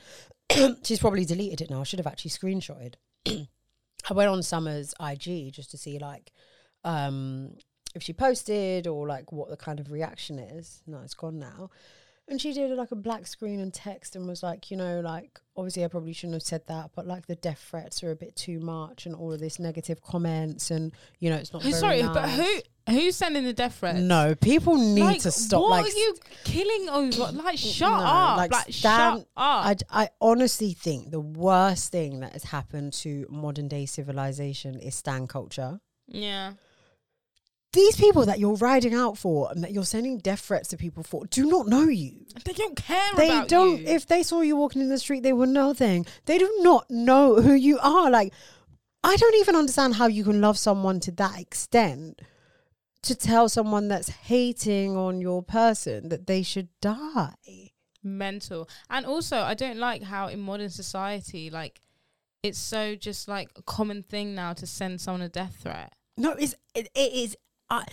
B: <clears throat> she's probably deleted it now. I should have actually screenshotted. <clears throat> I went on Summer's IG just to see like um if she posted or like what the kind of reaction is. No, it's gone now. And she did like a black screen and text and was like, you know, like obviously I probably shouldn't have said that, but like the death threats are a bit too much and all of this negative comments and you know it's not.
A: Who-
B: Very
A: Sorry, but
B: nice."
A: who who's sending the death threats?
B: No, people need to stop.
A: What
B: like
A: are you killing over?
B: <laughs>
A: Like, shut
B: No,
A: up!
B: like,
A: Like,
B: stand-
A: shut up!
B: I, I honestly think the worst thing that has happened to modern day civilization is stan culture.
A: yeah,
B: These people that you're riding out for and that you're sending death threats to people for do not know you.
A: they don't care.
B: They
A: about
B: don't.
A: you.
B: If they saw you walking in the street, they would nothing. They do not know who you are. Like, I don't even understand how you can love someone to that extent to tell someone that's hating on your person that they should die.
A: mental, and also I don't like how in modern society, like, it's so just like a common thing now to send someone a death threat.
B: No, it's it, it is. I,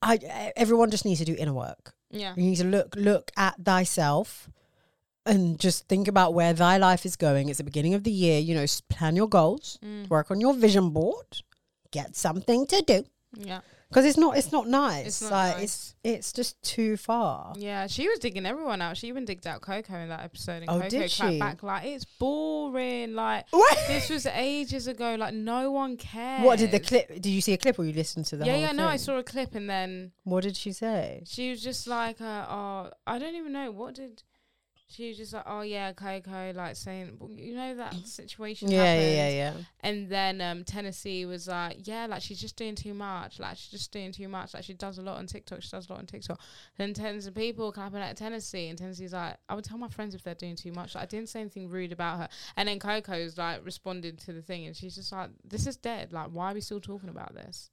B: I, everyone just needs to do inner work.
A: Yeah,
B: You need to look look at thyself, and just think about where thy life is going. It's the beginning of the year. You know, s- plan your goals,
A: Mm.
B: work on your vision board, get something to do
A: yeah,
B: because it's not it's not nice.
A: It's not
B: like
A: nice. Mm.
B: it's it's just too far.
A: yeah. She was digging everyone out. She even digged out Coco in that episode, and
B: Oh,
A: Coco
B: did
A: clapped
B: she?
A: back like it's boring. Like
B: <laughs> What?
A: this was ages ago. Like no one cares.
B: What did the clip? Did you see a clip or you listened to the?
A: yeah,
B: whole
A: yeah, no, I
B: thing?
A: saw a clip and then
B: What did she say?
A: she was just like, uh, oh, I don't even know what did. She was just like, oh yeah, Coco, like saying, well, you know that situation
B: Yeah,
A: happened.
B: yeah, yeah, yeah.
A: And then um, Tennessee was like, yeah, like she's just doing too much, like she's just doing too much, like she does a lot on TikTok, she does a lot on TikTok. Then tens of people clapping at Tennessee, and Tennessee's like, I would tell my friends if they're doing too much. Like, I didn't say anything rude about her. And then Coco's like responded to the thing, and she's just like, this is dead. Like, why are we still talking about this?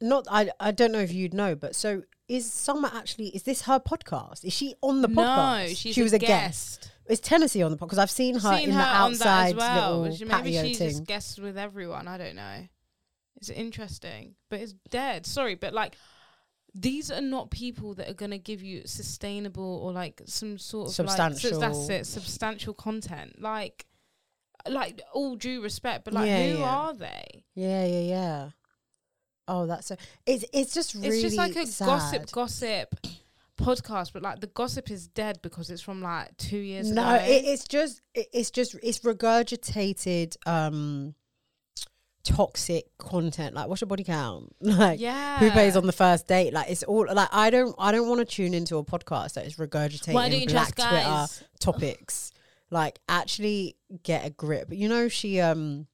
B: not I I don't know if you'd know, but so is Summer actually? Is this her podcast? Is she on the
A: no,
B: podcast?
A: she's
B: she was a guest.
A: guest.
B: Is Tennessee on the podcast? Because I've seen her
A: Seen
B: in
A: her
B: the
A: on that
B: outside
A: as well.
B: little
A: She- Maybe
B: patio
A: she
B: thing.
A: just guests with everyone. I don't know. It's interesting, but it's dead. Sorry, but like these are not people that are gonna give you sustainable or like some sort of
B: Substantial.
A: Like, su- that's it, substantial content. Like, like all due respect, but like
B: Yeah,
A: who
B: yeah.
A: are they?
B: Yeah, yeah, yeah. Oh, that's so. It's it's just really.
A: it's just like a
B: sad.
A: gossip, gossip podcast. But like the gossip is dead because it's from like two years
B: no,
A: ago.
B: it, it's just it, it's just it's regurgitated um toxic content. Like, what's your body count? <laughs> Like,
A: yeah.
B: who pays on the first date? Like, it's all like I don't I don't want to tune into a podcast that is regurgitating
A: Why don't you
B: black
A: trust guys?
B: Twitter topics. like, actually get a grip. You know, she um.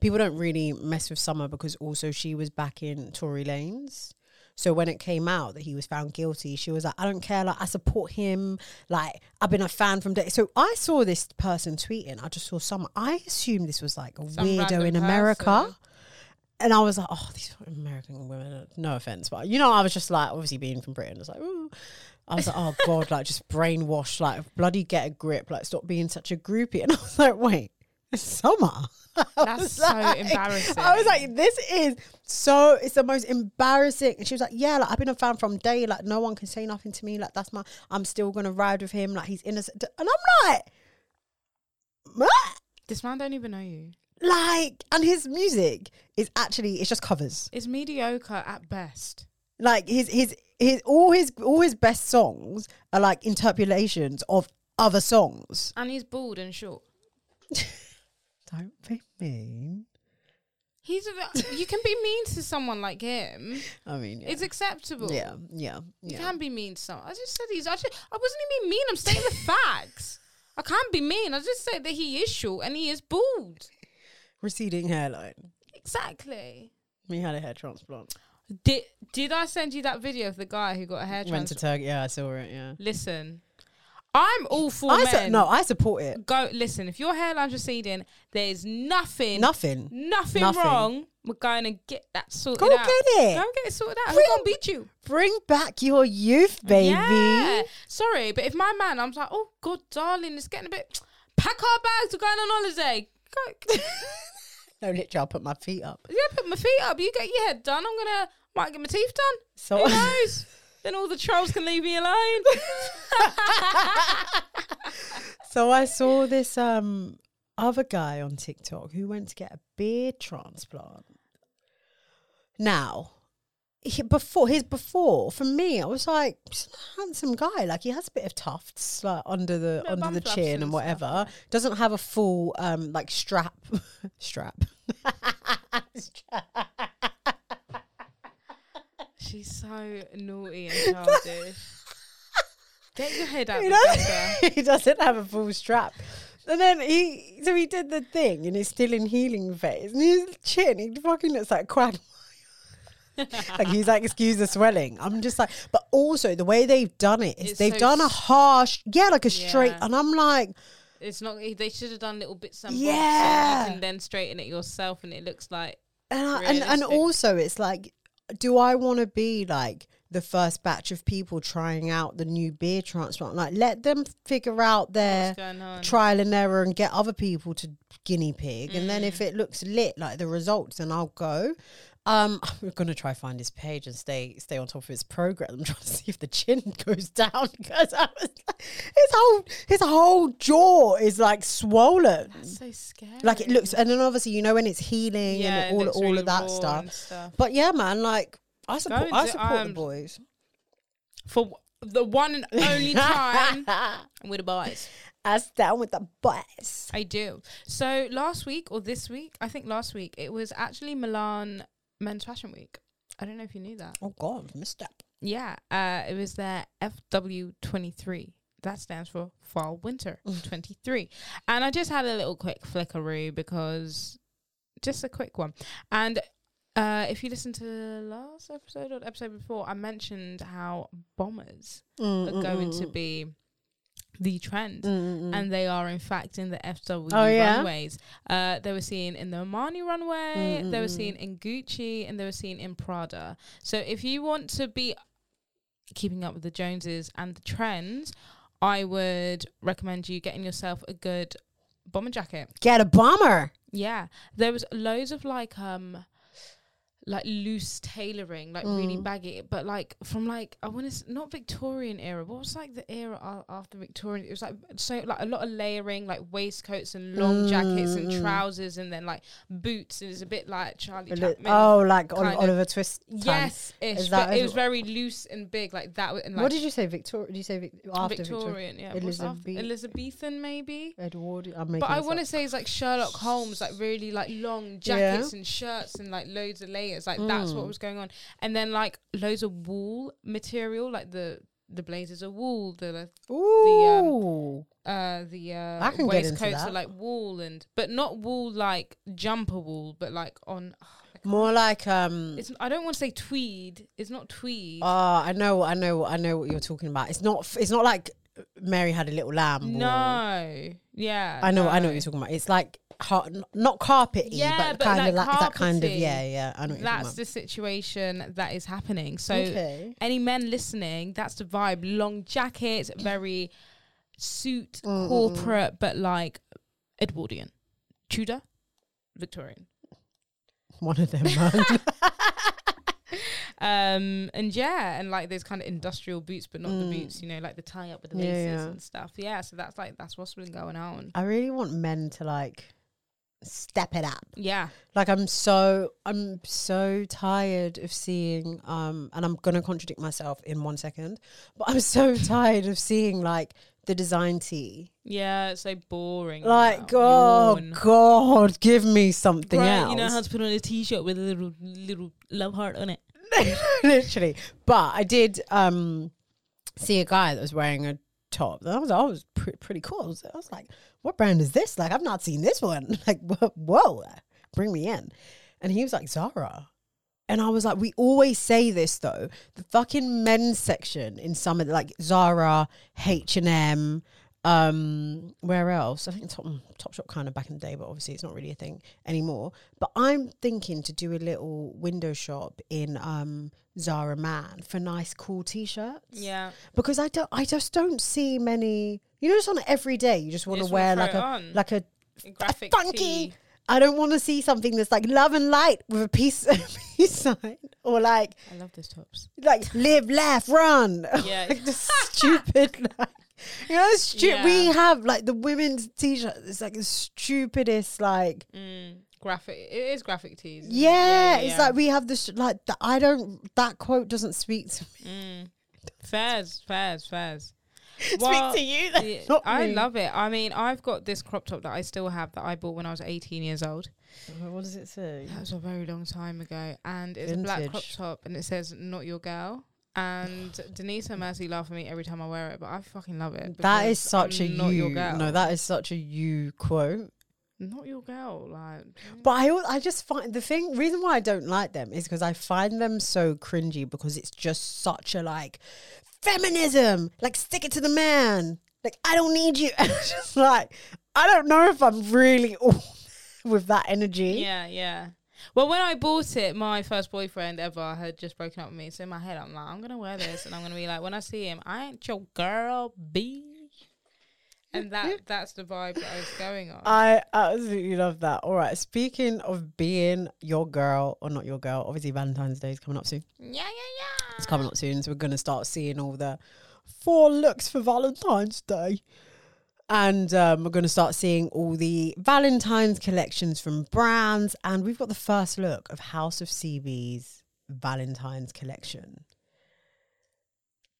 B: People don't really mess with Summer because also she was back in Tory lanes. So when it came out that he was found guilty, she was like, I don't care. Like, I support him. Like, I've been a fan from day. So I saw this person tweeting. I just saw someone. I assumed this was like a
A: Some
B: weirdo
A: random
B: in America.
A: person.
B: And I was like, oh, these fucking American women. No offense, but you know, I was just like, obviously being from Britain, I was like, ooh. I was like, oh god, like just brainwashed, like bloody get a grip, like stop being such a groupie. And I was like, wait, it's summer. <laughs> I
A: That's
B: was
A: so embarrassing.
B: I was like, this is so. It's the most embarrassing. And she was like, yeah, like I've been a fan from day. Like no one can say nothing to me. Like that's my. I'm still gonna ride with him. Like he's innocent. And I'm like, what?
A: this man don't even know you.
B: Like, and his music is actually it's just covers.
A: It's mediocre at best.
B: like his his his all his all his best songs are like interpolations of other songs.
A: And he's bald and short.
B: Don't be mean.
A: He's a, you can be mean to someone like him.
B: I mean, yeah,
A: It's acceptable.
B: yeah, yeah,
A: You
B: yeah.
A: can be mean to someone. I just said he's. I, just, I wasn't even mean. I'm stating the facts. I can't be mean. I just said that he is short and he is bald.
B: Receding hairline.
A: Exactly.
B: Me had a hair transplant.
A: Did Did I send you that video of the guy who got a hair
B: Went to
A: transplant?
B: Turkey. Yeah, I saw it. Yeah.
A: Listen, I'm all for
B: I
A: men.
B: su- no, I support it.
A: Go listen. If your hairline's receding, there's nothing,
B: Nothing.
A: nothing,
B: Nothing.
A: wrong. We're going to get that sorted
B: Go
A: out.
B: get it.
A: Go get it sorted out.
B: Bring-
A: Who's gonna beat you?
B: Bring back your youth, baby.
A: Yeah. Sorry, but if my man, I'm like, oh god, darling, it's getting a bit. Pack our bags. We're going on holiday.
B: <laughs>
A: Go.
B: No, literally, I'll put my feet up.
A: yeah, put my feet up. You get your head done. I'm gonna might get my teeth done.
B: So-
A: Who knows? then all the trolls can leave me
B: <laughs>
A: alone.
B: So I saw this um other guy on TikTok who went to get a beard transplant. Now, he, before his before for me, I was like "He's a handsome guy. Like he has a bit of tufts like under the
A: Yeah,
B: under
A: bum
B: the
A: flaps
B: chin
A: and
B: and
A: stuff,
B: whatever. Doesn't have a full um like strap <laughs> strap.
A: She's so naughty and
B: <laughs>
A: childish. Get your head out
B: he,
A: the gutter.
B: doesn't, <laughs> he doesn't have a full strap. And then he, so he did the thing, and he's still in healing phase. And his chin, he fucking looks like Quagmire. <laughs> like he's like, excuse the swelling. I'm just like, but also the way they've done it is
A: It's
B: they've
A: so
B: done a
A: s-
B: harsh, yeah, like a straight.
A: Yeah.
B: And I'm like,
A: It's not. They should have done little bits and
B: Yeah.
A: bobs, so you can then straighten it yourself, and it looks like
B: and I, and, and
A: Realistic.
B: also it's like, do I want to be like the first batch of people trying out the new beer transplant? Like, let them figure out their
A: what's going on.
B: trial and error and get other people to guinea pig and then
A: Mm.
B: if it looks lit like the results then i'll go um <laughs> i'm gonna try find his page and stay stay on top of his progress <laughs> i'm trying to see if the chin <laughs> goes down because i was like, his whole his whole jaw is like swollen
A: That's so scary.
B: like it looks and then obviously you know when it's healing
A: Yeah, it
B: and all
A: looks
B: all
A: really
B: of that
A: raw
B: stuff
A: and stuff. um,
B: but yeah man like i support
A: Don't
B: i
A: do-
B: support the
A: I'm-
B: boys
A: for w- the one and
B: <laughs>
A: only time with the boys.
B: i stand with the boys
A: I do. So last week or this week, I think last week it was actually Milan Men's Fashion Week. I don't know if you knew that.
B: oh god missed that
A: Yeah, uh, it was their FW23. That stands for Fall Winter 23. And I just had a little quick flickaroo because just a quick one. And uh, if you listen to the last episode or the episode before, I mentioned how bombers
B: Mm,
A: are going to be the trend. And they are, in fact, in the FW
B: mm. Oh, yeah?
A: runways. Uh, they were seen in the Armani
B: Mm,
A: runway, they were seen in Gucci, and they were seen in Prada. So if you want to be keeping up with the Joneses and the trends, I would recommend you getting yourself a good bomber jacket.
B: Get a bomber.
A: Yeah, there was loads of like um like loose tailoring, like really
B: Mm.
A: baggy, but like from like I want to not Victorian era. What was like the era a- after Victorian? It was like so like a lot of layering, like waistcoats and long jackets and
B: Mm.
A: trousers, and then like boots. And it's a bit like Charlie
B: Li-
A: Chaplin.
B: Oh, like Ol-
A: kind of-
B: Oliver Twist. time.
A: yes, ish,
B: Is that-
A: but
B: is
A: it was
B: it-
A: very loose and big, like that. w- And like
B: what did you say, Victoria? Did you say Vic- after Victoria?
A: Victorian, yeah, what's after?
B: Elizabeth-
A: Elizabethan maybe.
B: Edward. I'm making
A: But I
B: this
A: want to
B: up.
A: say it's like Sherlock Holmes, like really like long jackets and shirts and like loads of layers. Like that's what
B: Mm.
A: was going on, and then like loads of wool material, like the the blazers are wool, the
B: Ooh.
A: uh the uh
B: I can get into
A: waistcoats are
B: that.
A: like wool and but not wool like jumper wool, but like on.
B: More like um.
A: It's I don't want to say tweed. It's not tweed.
B: Ah, I know, I know, I know what you're talking about. It's not. f- It's not like Mary had a little lamb.
A: no,
B: or-
A: yeah,
B: I know, I know
A: no.
B: what you're talking about. It's like har- n- not carpety,
A: Yeah,
B: but,
A: but
B: kind of
A: like
B: like that kind of
A: carpety.
B: yeah, yeah. I know what
A: That's the
B: you're
A: situation that is happening. So.
B: talking about. okay.
A: any men listening, that's the vibe. Long jackets, very suit,
B: Mm, mm, mm.
A: corporate, but like Edwardian, Tudor,
B: <laughs>
A: Victorian.
B: One of
A: <laughs>
B: them. man.
A: Um, and yeah, and like those kind of industrial boots, but not
B: Mm.
A: the boots, you know, like the tie up with the
B: Yeah,
A: laces
B: yeah.
A: and stuff. Yeah, so that's like, that's what's been going on.
B: I really want men to like step it up.
A: Yeah.
B: Like I'm so I'm so tired of seeing um and I'm gonna contradict myself in one second, but
A: <laughs>
B: I'm so tired of seeing like the design tee.
A: Yeah, it's so boring.
B: Like,
A: now.
B: oh
A: Yawn.
B: God, give me something
A: Right,
B: else.
A: you know
B: <laughs>
A: how to put on a t-shirt with a little little love heart on it.
B: literally. But I did um see a guy that was wearing a top. That was I was pre- pretty cool. I was, I was like, "What brand is this? Like, I've not seen this one. <laughs> Like, wh- whoa, bring me in." And he was like, "Zara." And I was like, we always say this though. The fucking men's section in some of the, like Zara, H and M, um, where else? I think Top Topshop kind of back in the day, but obviously it's not really a thing anymore. But I'm thinking to do a little window shop in um Zara Man for nice cool t-shirts.
A: Yeah.
B: Because I don't I just don't see many you know just on every day you just want to wear like a like a
A: graphic
B: funky
A: tee.
B: I don't want to see something that's like love and light with a peace, <laughs> peace sign or like
A: I love those tops.
B: like live, laugh, run. <laughs>
A: Yeah.
B: like the stupid <laughs> like you know stu-
A: Yeah.
B: we have like the women's t shirt it's like the stupidest like
A: Mm, graphic. It is graphic tees. isn't it? yeah,
B: yeah, it's like we have this like the, I don't that quote doesn't speak to me. <laughs>
A: Mm. Fairs, fairs, fairs.
B: speak
A: <laughs>
B: to you.
A: yeah,
B: <laughs> not
A: I
B: me.
A: love it. I mean, I've got this crop top that I still have that I bought when I was 18 years old.
B: What does it say?
A: That was a very long time ago. And it's a black crop
B: Vintage.
A: top and it says, Not Your Girl.
B: <sighs>
A: And Denise and Mercy laugh at me every time I wear it, but I fucking love it.
B: That
A: because
B: is such
A: I'm
B: a
A: not
B: you.
A: your girl.
B: No, that is such a you quote.
A: not your girl. Like,
B: But I, al- I just find the thing reason why I don't like them is because I find them so cringy because it's just such a like feminism, like stick it to the man, like I don't need you. <laughs> And it's just like I don't know if I'm really <laughs> all with that energy.
A: Yeah, yeah. Well, when I bought it, my first boyfriend ever had just broken up with me. So in my head, I'm like, I'm gonna wear this, and I'm gonna be like, when I see him, I ain't your girl, b. And that that's the vibe that I was going on.
B: I absolutely love that. All right, speaking of being your girl or not your girl, obviously Valentine's Day is coming up soon.
A: yeah, yeah, yeah.
B: It's coming up soon, so we're gonna start seeing all the four looks for Valentine's Day. And um, we're going to start seeing all the Valentine's collections from brands. And we've got the first look of House of CB's Valentine's collection.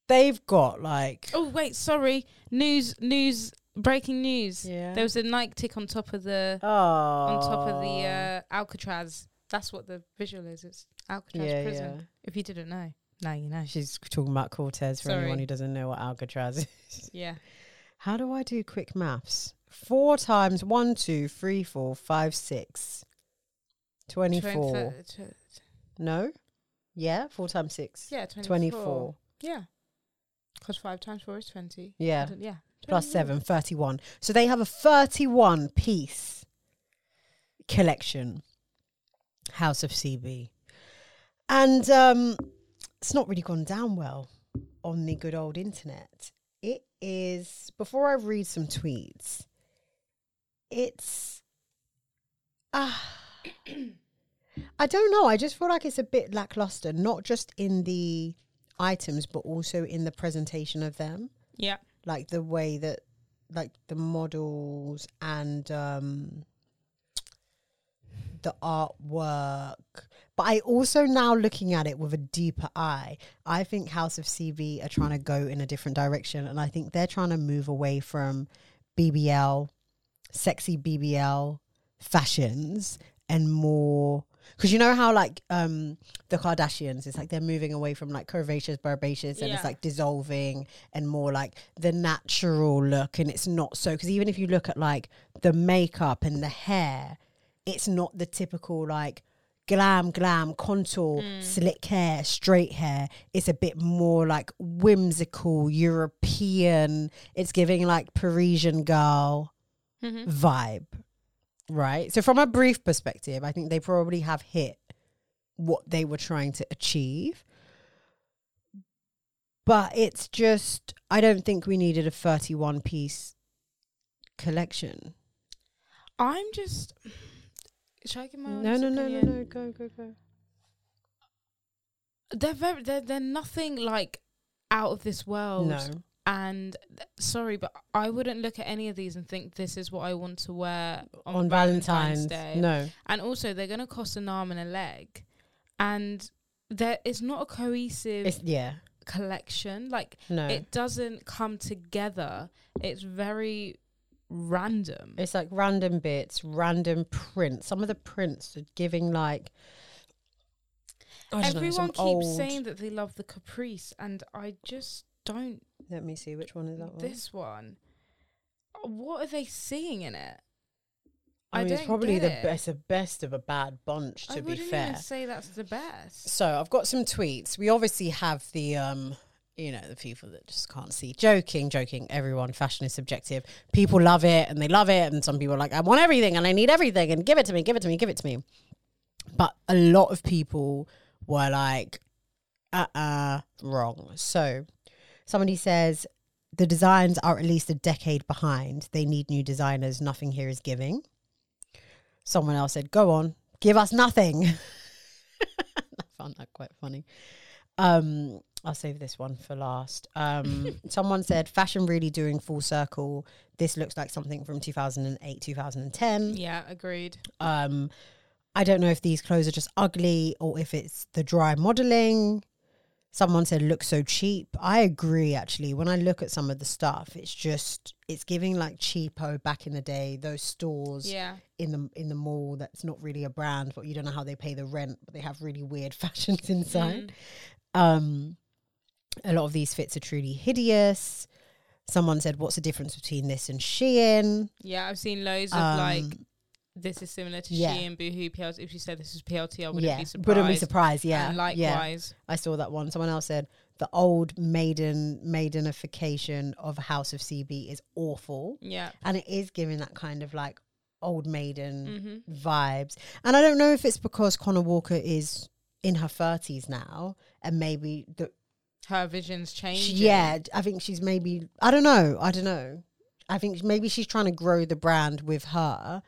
B: They've got like.
A: Oh wait, sorry. News, news, breaking news.
B: Yeah.
A: There was a Nike tick on top of the
B: Oh.
A: on top of the uh, Alcatraz. That's what the visual is. It's Alcatraz
B: Yeah,
A: prison.
B: yeah.
A: If you didn't know, now you know.
B: She's talking about Cortez for anyone
A: Sorry.
B: who doesn't know what Alcatraz is.
A: Yeah.
B: How do I do quick maths? Four times one, two, three, four, five, six. 24.
A: Twenty- tw-
B: No? Yeah, four times six.
A: Yeah,
B: 24.
A: 24. Yeah. Because five times four is 20. I
B: Yeah.
A: don't- Yeah.
B: Plus seven, 31. So they have a 31 piece collection, House of CB. And um, it's not really gone down well on the good old internet. It is, before I read some tweets, it's, ah, I don't know. I just feel like it's a bit lackluster, not just in the items, but also in the presentation of them
A: Yeah.
B: like the way that like the models and um the artwork but i also now looking at it with a deeper eye i think house of cb are trying to go in a different direction and i think they're trying to move away from bbl sexy bbl fashions and more because you know how like um the kardashians it's like they're moving away from like curvaceous barbaceous and
A: Yeah.
B: it's like dissolving and more like the natural look and it's not so because even if you look at like the makeup and the hair it's not the typical like glam glam contour slick hair straight hair it's a bit more like whimsical european it's giving like parisian girl Mm-hmm.
A: Mm-hmm.
B: vibe right so from a brief perspective i think they probably have hit what they were trying to achieve but it's just i don't think we needed a 31 piece collection
A: I'm just. Should I give my
B: no
A: honest
B: no no no
A: opinion?
B: no go go go
A: They're very. They're, they're nothing like out of this world. And th- sorry, but I wouldn't look at any of these and think this is what I want to wear on,
B: on Valentine's,
A: Day.
B: no
A: And also, they're going to cost an arm and a leg, and there it's not a cohesive
B: it's yeah
A: collection. Like
B: no
A: it doesn't come together. It's very random.
B: it's like random bits random prints some of the prints are giving like I don't know,
A: Everyone
B: some
A: keeps
B: old-
A: saying that they love the caprice, and I just don't.
B: let me see which one is that one
A: This one, what are they seeing in it?
B: I,
A: I
B: mean, it's
A: don't
B: probably
A: get
B: the
A: it.
B: best, the best of a bad bunch.
A: I
B: To be
A: wouldn't
B: fair,
A: even say that's the best.
B: So I've got some tweets. We obviously have the um you know the people that just can't see joking joking everyone fashion is subjective people love it and they love it and some people are like i want everything and i need everything and give it to me give it to me give it to me but a lot of people were like uh-uh wrong so somebody says the designs are at least a decade behind they need new designers nothing here is giving someone else said go on give us nothing <laughs> I found that quite funny. Um, I'll save this one for last. Um, someone said, fashion really doing full circle. This looks like something from 2008, 2010.
A: Yeah, agreed.
B: Um, I don't know if these clothes are just ugly or if it's the dry modeling. Someone said, look so cheap. I agree, actually. When I look at some of the stuff, it's just, it's giving like cheapo back in the day, those stores
A: Yeah,
B: in the in the mall that's not really a brand, but you don't know how they pay the rent, but they have really weird <laughs> fashions
A: Mm-hmm.
B: inside. Um, a lot of these fits are truly hideous. Someone said, "What's the difference between this and Shein?"
A: yeah. I've seen loads of like
B: Um,
A: this is similar to
B: yeah.
A: Shein, Boohoo, PLT. If you said this is PLT, I wouldn't
B: yeah,
A: be surprised.
B: wouldn't be surprised. Yeah,
A: And
B: yeah.
A: likewise,
B: I saw that one. Someone else said the old maiden maidenification of House of CB is awful,
A: yeah.
B: and it is giving that kind of like old maiden.
A: hmm
B: vibes. And I don't know if it's because Connor Walker is in her 30s now and maybe the
A: Her vision's
B: she-
A: changing.
B: yeah, I think she's maybe I don't know, I don't know. I think maybe she's trying to grow the brand with her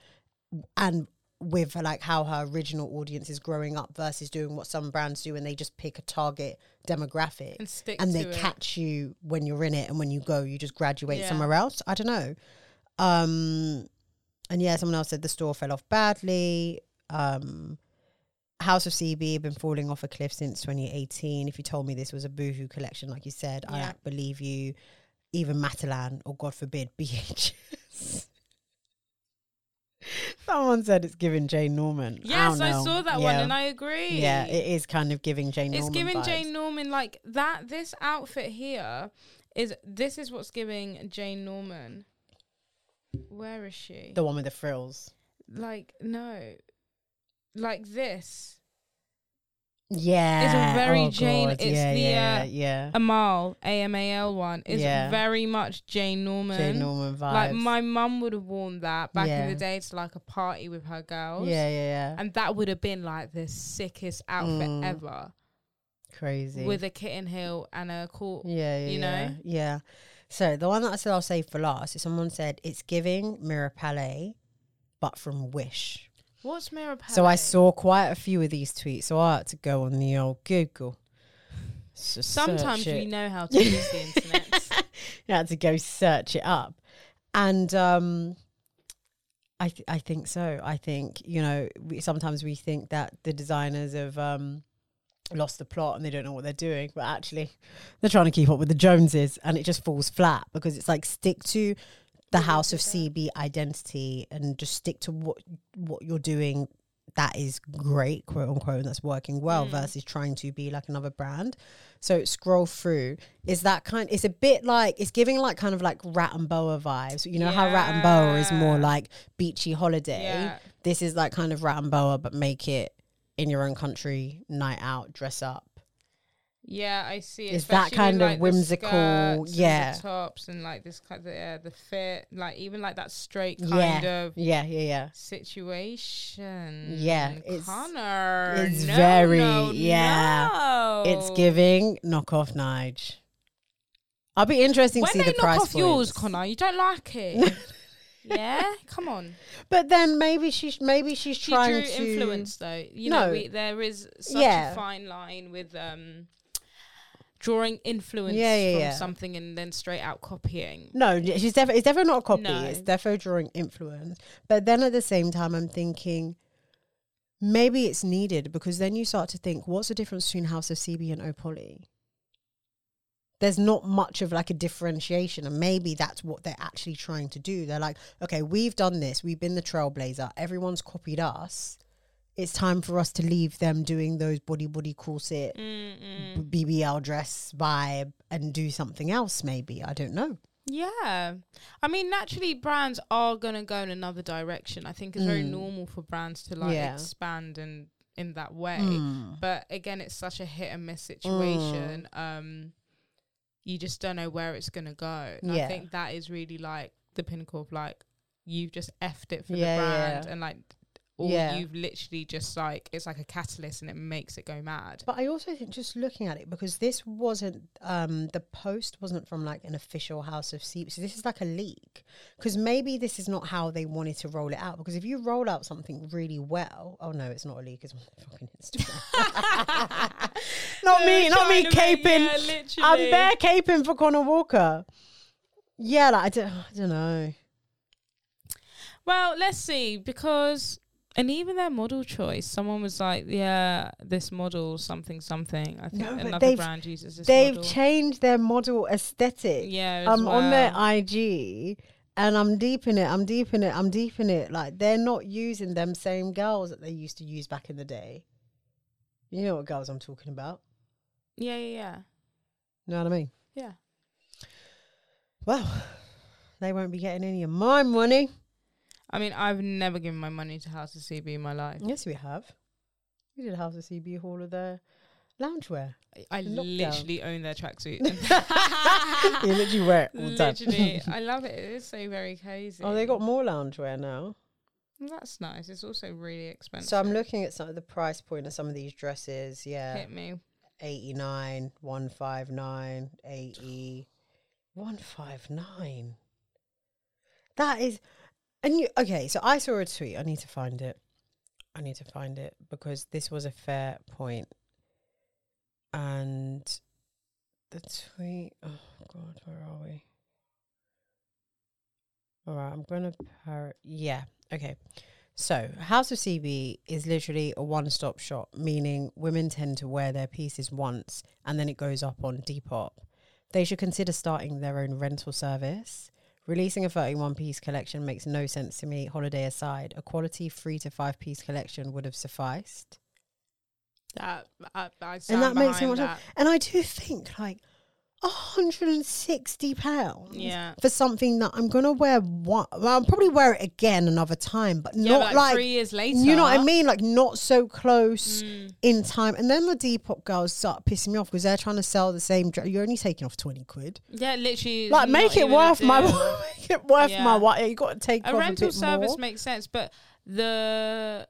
B: and with like how her original audience is growing up versus doing what some brands do and they just pick a target demographic
A: and stick
B: and they
A: to it.
B: catch you when you're in it and when you go you just graduate
A: Yeah.
B: somewhere else i don't know um and yeah someone else said the store fell off badly um house of cb been falling off a cliff since 2018 if you told me this was a boohoo collection like you said
A: Yeah.
B: i believe you even matalan or god forbid <laughs> bhs someone said it's giving jane norman
A: Yes,
B: don't
A: I,
B: know.
A: saw that one
B: Yeah.
A: and I agree.
B: yeah it is kind of giving jane
A: it's
B: norman
A: giving
B: vibes.
A: Jane Norman like that. This outfit here is this is what's giving Jane Norman. Where is she?
B: the one with the frills
A: like no, like this.
B: Yeah, yeah,
A: the,
B: yeah,
A: uh,
B: yeah.
A: Amal A M A L one is
B: Yeah.
A: very much Jane Norman.
B: Jane Norman vibes.
A: Like my mum would have worn that back in
B: Yeah.
A: the day to like a party with her girls.
B: yeah, yeah, yeah.
A: And that would have been like the sickest outfit
B: Mm.
A: ever.
B: Crazy.
A: with a kitten heel and a court.
B: yeah, yeah,
A: you
B: yeah,
A: know?
B: yeah. So the one that I said I'll save for last is someone said it's giving Mira Palais, but from Wish.
A: What's Mirapale?
B: So I saw quite a few of these tweets, so I had to go on the old Google. Just
A: Sometimes
B: search it.
A: we know how
B: <laughs>
A: to use the internet.
B: I had to go search it up, and um, I th- I think so. I think you know we, sometimes we think that the designers have um, lost the plot and they don't know what they're doing, but actually they're trying to keep up with the Joneses, and it just falls flat because it's like stick to the House of CB identity and just stick to what what you're doing. That is great, quote unquote, and that's working well
A: Mm.
B: versus trying to be like another brand. So scroll through is that kind it's a bit like it's giving like kind of like rat and boa vibes you know how rat and boa is more
A: Yeah.
B: like beachy holiday
A: Yeah.
B: this is like kind of rat and boa but make it in your own country night out dress up
A: Yeah, I see.
B: It's that
A: especially
B: kind
A: with,
B: of
A: like, the
B: whimsical-
A: skirts and the
B: yeah.
A: tops and like this kind of yeah, the fit, like even like that straight
B: Yeah.
A: kind of
B: yeah yeah yeah
A: situation.
B: Yeah, it's-
A: Connor.
B: it's
A: no,
B: very-
A: no,
B: yeah.
A: no.
B: it's giving knockoff nige i'll be interesting
A: When
B: to see
A: they
B: the
A: knock
B: price
A: off yours,
B: points.
A: Connor, you don't like
B: <laughs>
A: it. yeah, come on.
B: but then maybe she's maybe she's
A: She drew
B: trying to
A: influence though. You
B: No.
A: know, we, there is such
B: Yeah.
A: a fine line with um drawing influence
B: Yeah, yeah,
A: from
B: yeah.
A: something and then straight out copying.
B: No, y- she's definitely it's definitely not a copy.
A: No.
B: It's definitely drawing influence. But then at the same time, I'm thinking maybe it's needed because then you start to think, what's the difference between House of CB and Opoly? There's not much of like a differentiation, and maybe that's what they're actually trying to do. They're like, okay, we've done this, we've been the trailblazer, everyone's copied us. It's time for us to leave them doing those body body corset
A: Mm-mm.
B: BBL dress vibe and do something else. Maybe I don't know.
A: Yeah. I mean, naturally, brands are going to go in another direction. I think it's very normal for brands to like
B: Mm. Yeah.
A: expand and in that way.
B: Mm.
A: But again, it's such a hit and miss situation. Um, you just don't know where it's going to go. And
B: Yeah.
A: I think that is really like the pinnacle of like, you've just effed it for
B: Yeah,
A: the brand
B: yeah.
A: and like, or
B: Yeah.
A: you've literally just like, it's like a catalyst and it makes it go mad.
B: But I also think just looking at it because this wasn't um, the post wasn't from like an official House of Seep. So this is like a leak because maybe this is not how they wanted to roll it out. Because if you roll out something really well, oh no, it's not a leak. It's on their fucking Instagram. <laughs> not me, not me
A: Trying to
B: caping.
A: make- yeah, literally.
B: I'm bare caping for Connor Walker. Yeah, like I don't, I don't know.
A: Well, let's see because and even their model choice, someone was like, "Yeah, this model, something, something." I think
B: No, but
A: another
B: they've-
A: brand uses this.
B: They've
A: model.
B: changed their model aesthetic.
A: Yeah, as
B: I'm on their
A: well.
B: IG and I'm deep in it. I'm deep in it. I'm deep in it. Like they're not using them same girls that they used to use back in the day. You know what girls I'm talking about?
A: Yeah, yeah, yeah,
B: You know what I mean?
A: yeah.
B: Well, they won't be getting any of my money.
A: I mean, I've never given my money to House of CB in my life.
B: Yes, we have. We did House of CB Hall of their
A: <laughs>
B: loungewear. <laughs>
A: I- I
B: Lockdown.
A: literally own their
B: <laughs>
A: tracksuit. <laughs>
B: you literally wear it all the time.
A: literally,
B: <laughs>
A: I love it. It is so very cozy.
B: Oh, they got more loungewear now.
A: That's nice. It's also really expensive.
B: So I'm looking at some of the price point of some of these dresses. Yeah.
A: Hit me.
B: 89 159 80 159 that is and you okay so i saw a tweet i need to find it i need to find it because this was a fair point and the tweet oh god where are we all right i'm gonna par- yeah okay so, House of CB is literally a one stop shop, meaning women tend to wear their pieces once and then it goes up on Depop. They should consider starting their own rental service. Releasing a 31 piece collection makes no sense to me, holiday aside. A quality three to five piece collection would have sufficed.
A: That I, I
B: And
A: stand
B: that makes
A: behind
B: so much <laughs>
A: that.
B: sense. And I do think, like, £160
A: Yeah.
B: for something that I'm going to wear one. Well, I'll probably wear it again another time, but
A: Yeah,
B: not
A: but, like,
B: like
A: three years later.
B: you know what I mean? Like not so close
A: Mm.
B: in time. And then the Depop girls start pissing me off because they're trying to sell the same. Dr- You're only taking off twenty quid.
A: Yeah, literally. it's
B: Like
A: not
B: make it
A: even a
B: worth <laughs> my
A: deal.
B: make it worth
A: Yeah.
B: my while. You got to take
A: a
B: off
A: rental
B: a bit
A: service
B: more.
A: makes sense, but the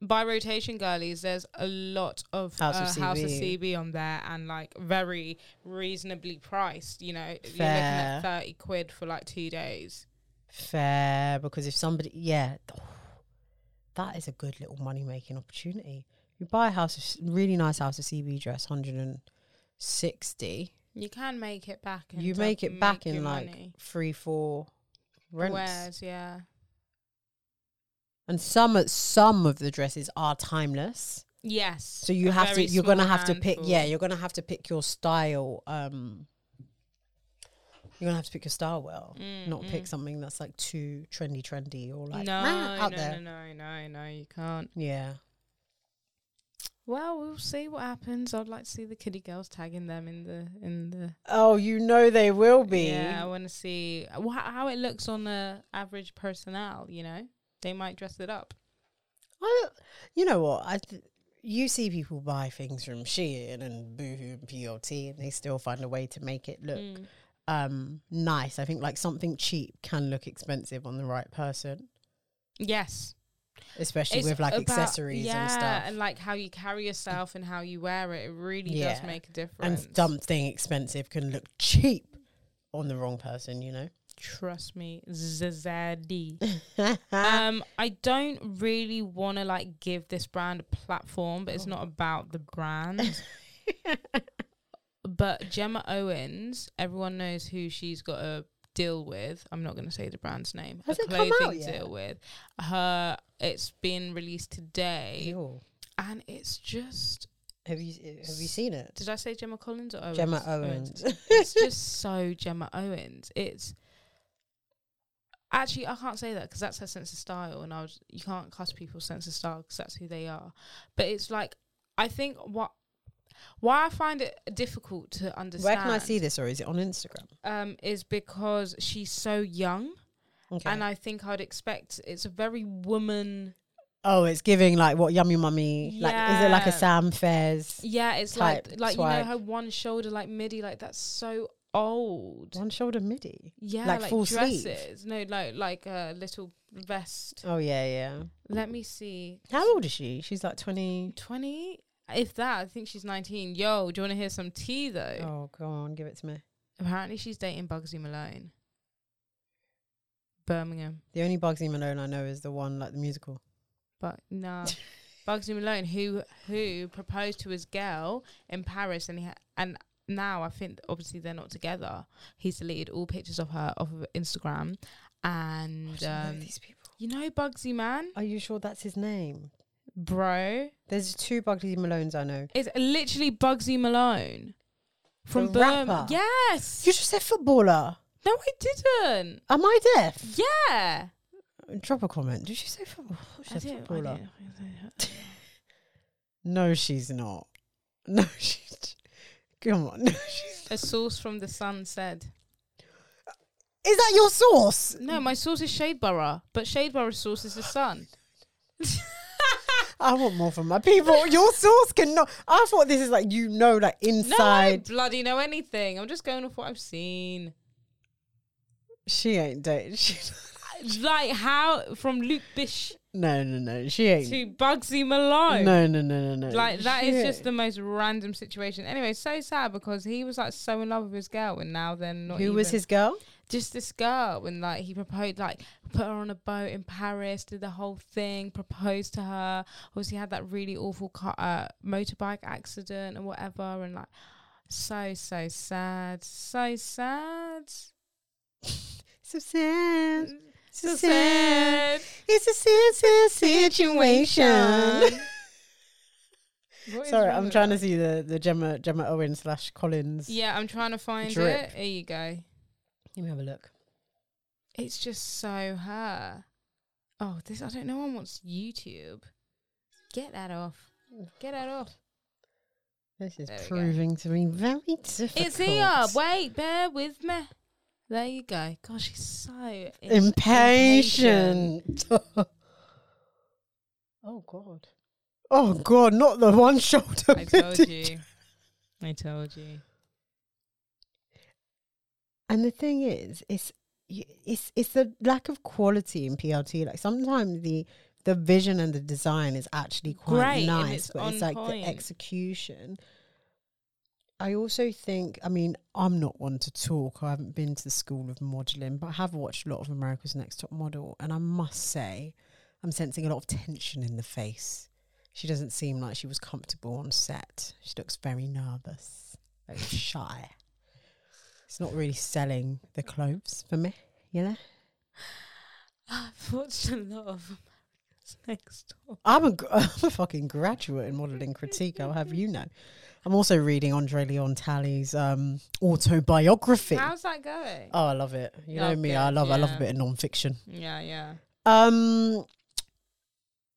A: by rotation girlies, there's a lot of
B: House
A: uh,
B: of
A: House of
B: CB.
A: CB on there and like very reasonably priced. You know, you're looking at
B: Fair.
A: thirty quid for like two days.
B: Fair, because if somebody, yeah, <sighs> th- that is a good little money making opportunity. You buy a house, of, s- really nice house, of CB dress, hundred and sixty.
A: You can make it back. And
B: You
A: to
B: make it back
A: your
B: in like
A: money.
B: three, four rents,
A: Wears, yeah,
B: and some of- some of the dresses are timeless.
A: yes.
B: So you
A: a
B: have to,
A: very
B: you're gonna
A: small
B: have to pick.
A: handful.
B: Yeah, you're gonna have to pick your style. Um, you're gonna have to pick your style well, not pick something that's like too trendy, trendy or like
A: Mm, no,
B: "Rah," out
A: no,
B: there.
A: no, no, no, no, you can't.
B: Yeah.
A: Well, we'll see what happens. I'd like to see the kiddie girls tagging them in the in the.
B: Oh, you know they will be.
A: Yeah, I want to see wh- how it looks on the average personnel. You know, they might dress it up.
B: I, you know what? I th- you see people buy things from Shein and Boohoo and PLT, and they still find a way to make it look
A: Mm.
B: um nice. I think like something cheap can look expensive on the right person,
A: Yes,
B: especially with like accessories and stuff.
A: and like how you carry yourself and how you wear it. It really
B: Yeah.
A: does make a
B: and
A: difference.
B: something expensive can look cheap on the wrong person, you
A: <laughs>
B: know.
A: Trust me, Zazadi.
B: <laughs>
A: um, I don't really want to like give this brand a platform, but it's
B: Oh.
A: not about the brand. but Gemma Owens, everyone knows who she's got to deal with. I'm not going to say the brand's name.
B: Has
A: a
B: it come out
A: clothing
B: yet?
A: deal with her. It's been released today,
B: Ew.
A: and it's just.
B: Have you have you seen it?
A: Did I say Gemma Collins or Owens?
B: Gemma Owens.
A: it's just so Gemma Owens. It's actually I can't say that because that's her sense of style, and I was you can't cuss people's sense of style because that's who they are. But it's like I think what why I find it difficult to understand.
B: <laughs> Where can I see this, or is it on Instagram?
A: Um, is because she's so young,
B: Okay.
A: and I think I'd expect it's a very woman.
B: Oh, it's giving like what yummy mummy. Like, is it like
A: Yeah.
B: a Sam Fairs?
A: Yeah, it's
B: Type
A: like like
B: swag.
A: you know her one shoulder like midi like that's so old.
B: One shoulder midi.
A: Yeah,
B: Like
A: like,
B: full sleeve?
A: dresses. No, like like a little vest.
B: Oh yeah, yeah.
A: Let me see.
B: How old is she? She's like twenty.
A: Twenty? If that, I think she's nineteen. Yo, do you want to hear some tea though?
B: Oh, go on, give it to me.
A: Apparently, she's dating Bugsy Malone. Birmingham,
B: The only Bugsy Malone I know is the one like the musical.
A: but
B: <laughs>
A: no, Bugsy Malone, who who proposed to his girl in Paris, and he ha- and now I think obviously they're not together. He's deleted all pictures of her off of Instagram, and um,
B: people.
A: you know Bugsy man,
B: Are you sure that's his name?
A: bro.
B: There's two Bugsy Malones I know.
A: It's literally Bugsy Malone from
B: The
A: Burma.
B: rapper?
A: Yes.
B: You just said footballer.
A: no, I didn't.
B: Am I deaf?
A: Yeah.
B: Drop a comment. Did she say footballer? She
A: I
B: said
A: didn't- I
B: footballer.
A: didn't-
B: No, she's not. <laughs> No, she's. Come on. <laughs> No, she's.
A: A source from the Sun said,
B: Is that your source?
A: "No, my source is Shadeborough, but Shadeborough's source is the Sun."
B: I want more from
A: <laughs>
B: my people. Your source cannot. I thought this is like you know, like
A: No, I
B: inside.
A: don't bloody know anything. I'm just going off what I've seen.
B: She ain't dating. <laughs> She,
A: Like how from Luke Bish
B: no, no, no. She ain't.
A: to Bugsy Malone.
B: No, no, no, no, no.
A: Like that
B: She
A: is
B: ain't-
A: just the most random situation. Anyway, so sad because he was like so in love with his girl, and now they're not.
B: Who was
A: even-
B: his girl?
A: just this girl and like he proposed like put her on a boat in paris did the whole thing proposed to her obviously had that really awful car uh, motorbike accident and whatever and like so so sad so sad
B: So sad.
A: Mm.
B: So
A: so
B: sad.
A: sad
B: It's a sad, sad situation.
A: What is
B: Sorry,
A: wrong
B: I'm
A: with
B: trying to
A: that?
B: see the the Gemma Gemma Owen slash Collins.
A: yeah i'm trying to find
B: Drip.
A: it here you go
B: Let me have a look.
A: it's just so her oh this i don't know one wants youtube get that off get that off
B: This is
A: There we go.
B: proving to be very difficult.
A: It's here. Wait, bear with me. There you go. Gosh, she's so im-
B: impatient. <laughs> oh god. Oh god, not the one <laughs> shoulder.
A: I
B: <laughs>
A: told you. I told you.
B: And the thing is, it's y- it's it's the lack of quality in PLT. Like sometimes the the vision and the design is actually quite
A: Great, and
B: nice,
A: it's
B: but it's
A: on
B: like
A: point.
B: the execution. I also think, I mean, I'm not one to talk. I haven't been to the school of modelling, but I have watched a lot of America's Next Top Model, and I must say, I'm sensing a lot of tension in the face. She doesn't seem like she was comfortable on set. She looks very nervous, very shy. It's not really selling the clothes for me, you know.
C: I've watched a lot of America's Next Door.
B: I'm a, gr- <laughs> I'm a fucking graduate in modelling critique. I'll have you know. I'm also reading Andre Leon Talley's um, autobiography.
A: How's that going?
B: oh, I love it. You know
A: Oh,
B: me. I
A: good,
B: love. I love a
A: yeah.
B: bit of non-fiction.
A: Yeah, yeah.
B: Um,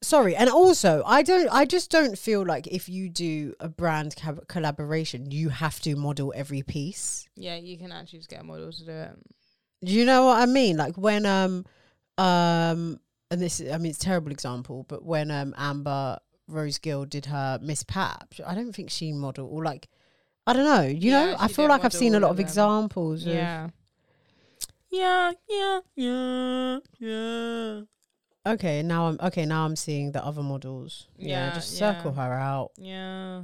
B: sorry, and also I don't. I just don't feel like if you do a brand cab- collaboration, you have to model every piece.
A: Yeah, you can actually just get a model to do it.
B: Do you know what I mean? Like when um um and this I mean it's a terrible example, but when um Amber Rose Gill did her Miss Pap, I don't think she modelled or like I don't know, you
A: Yeah,
B: know? I
A: she
B: feel
A: did
B: like I've seen a
A: model
B: lot of
A: and, um,
B: examples
A: Yeah. Yeah, yeah, yeah, yeah.
B: of Okay, now I'm okay, now I'm seeing the other models. Yeah,
A: Yeah,
B: just circle her out.
A: Yeah.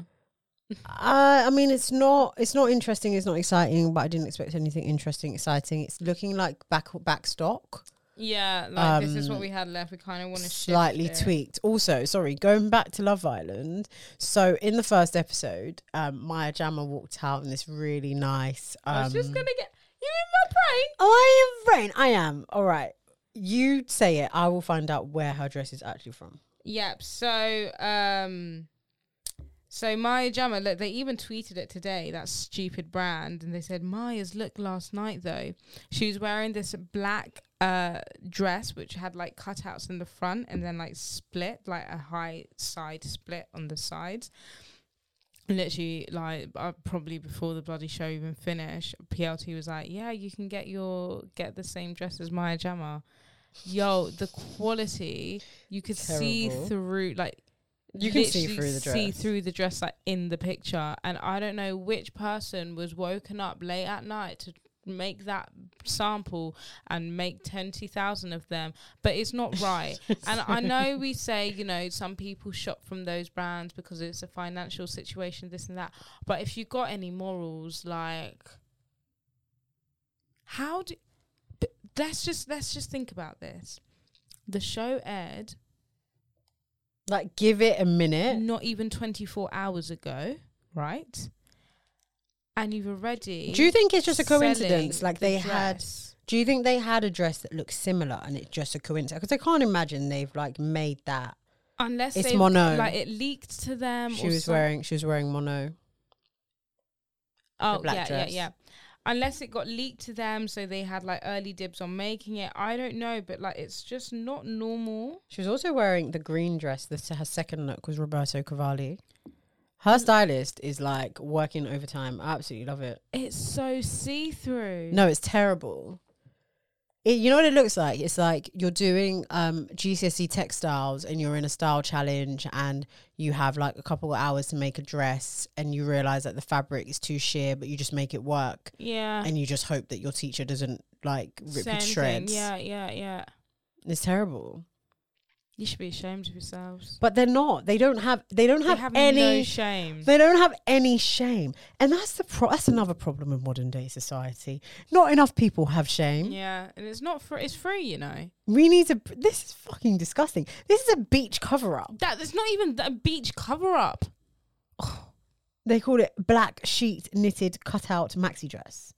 B: Uh, I mean it's not it's not interesting, it's not exciting, but I didn't expect anything interesting, exciting. It's looking like back back stock.
A: Yeah, like this is
B: Um,
A: what we had left. We kind of want to
B: slightly tweaked. Also, sorry, going back to Love Island. So in the first episode, um, Maya Jama walked out in this really nice. Um,
A: I was just gonna get you in my brain.
B: Oh, I am brain. I am. All right. You say it. I will find out where her dress is actually from.
A: Yep. So, um, so Maya Jama, look, they even tweeted it today. That stupid brand, and they said Maya's look last night though. She was wearing this black uh dress which had like cutouts in the front and then like split, like a high side split on the sides. Literally, like uh, probably before the bloody show even finished, PLT was like, "Yeah, you can get your get the same dress as Maya Jama." Yo, the quality you could see
B: Terrible.
A: through, like
B: You can see
A: literally
B: through the
A: see
B: dress.
A: through the dress, like in the picture. And I don't know which person was woken up late at night to make that sample and make 20,000 of them, but it's
B: <laughs>
A: not right. and I know we say, you know, some people shop from those brands because it's a financial situation, this and that. But if you got any morals, like, how do. But let's just let's just think about this. The show aired
B: Like, give it a minute.
A: not even 24 hours ago, right? And you've already.
B: Do you think it's just a
A: selling
B: coincidence? Like
A: the
B: they had.
A: dress.
B: Do you think they had a dress that looked similar and it's just a coincidence? Because I can't imagine they've like made that.
A: Unless
B: It's
A: they,
B: mono.
A: Like it leaked to them.
B: she
A: or
B: was
A: some-
B: wearing. She was wearing mono.
A: Oh
B: black
A: yeah,
B: dress.
A: yeah, yeah. Unless it got leaked to them, so they had like early dibs on making it. I don't know, but like it's just not normal.
B: She was also wearing the green dress. This her second look was Roberto Cavalli. Her stylist is like working overtime. I absolutely love it.
A: It's so see through.
B: No, it's terrible. It, you know what it looks like? It's like you're doing um, GCSE textiles and you're in a style challenge and you have like a couple of hours to make a dress and you realize that the fabric is too sheer, but you just make it work
A: Yeah.
B: and you just hope that your teacher doesn't like rip
A: Same
B: you to
A: thing.
B: shreds.
A: Yeah, yeah, yeah.
B: It's terrible.
A: You should be ashamed of yourselves.
B: But they're not. They don't have. They don't
A: They
B: have,
A: have
B: any
A: no shame.
B: They don't have any shame, and that's the pro- that's another problem in modern day society. Not enough people have shame.
A: Yeah, and it's not free. It's free, you know.
B: We need to. This is fucking disgusting. This is a beach cover up.
A: That it's not even a beach cover up.
B: They call it black sheet knitted cutout maxi dress.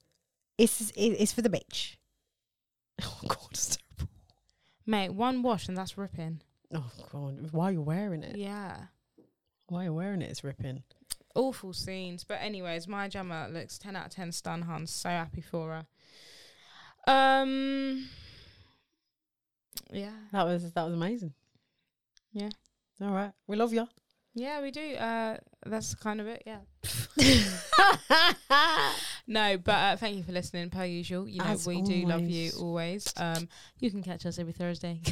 B: It's it- it's for the beach. <laughs> Oh god, it's terrible.
A: Mate, one wash and that's ripping.
B: Oh god, why are you wearing it?
A: Yeah.
B: Why are you wearing it? It's ripping.
A: Awful scenes. But anyways, my Gemma looks ten out of ten stun hun. So happy for her. Um Yeah.
B: That was that was amazing.
A: Yeah.
B: All right, we love you.
A: Yeah, we do. Uh that's kind of it, yeah. <laughs> no, but uh, thank you for listening per usual. You know
B: As
A: we do love you
B: always.
A: always. Um you can catch us every Thursday.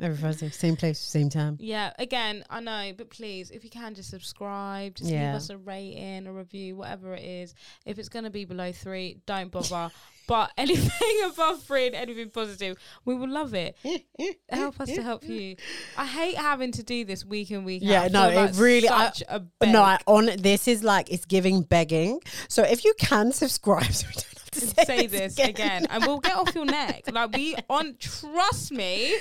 B: Every Thursday, same place, same time.
A: Yeah, again, I know, but please, if you can, just subscribe, just
B: Yeah.
A: leave us a rating, a review, whatever it is. If it's going to be below three, don't bother. But <laughs> anything above free and anything positive, we will love
B: <laughs>
A: it. help us to help you. I hate having to do this week in week. out.
B: Yeah,
A: I feel
B: no, it
A: like
B: really- I-
A: Such a beg.
B: No, I, on this is like it's giving begging. So if you can subscribe, <laughs> so we don't have to say,
A: <laughs> say this again. and we'll get off your neck. Like
B: <laughs>
A: we on trust me,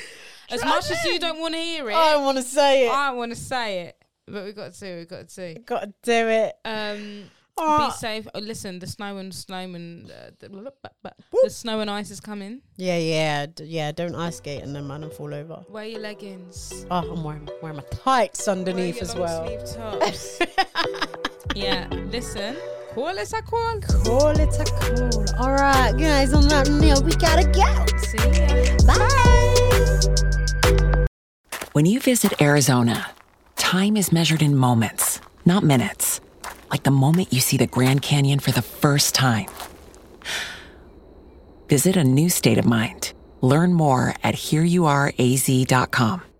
A: as much as you don't want to hear it,
B: I want to say it.
A: I want to say it, but we got to, we got to.
B: Got to do it.
A: Um,
B: Ah.
A: be safe. Oh, listen, the snow and snowman, uh, the, blah, blah, blah. the snow and ice is coming.
B: Yeah, yeah, d- yeah. Don't ice skate and then man and fall over.
A: Wear your leggings.
B: Oh, I'm wearing, wearing my tights
A: Wear
B: underneath
A: your
B: as
A: long
B: well.
A: sleeve
B: <laughs>
A: tops. yeah, listen. Call us a call.
B: Call it a call. All right, guys. On that note, we gotta go.
A: See ya.
B: Bye.
D: When you visit Arizona, time is measured in moments, not minutes. Like the moment you see the Grand Canyon for the first time. Visit a new state of mind. Learn more at hereyouareaz.com.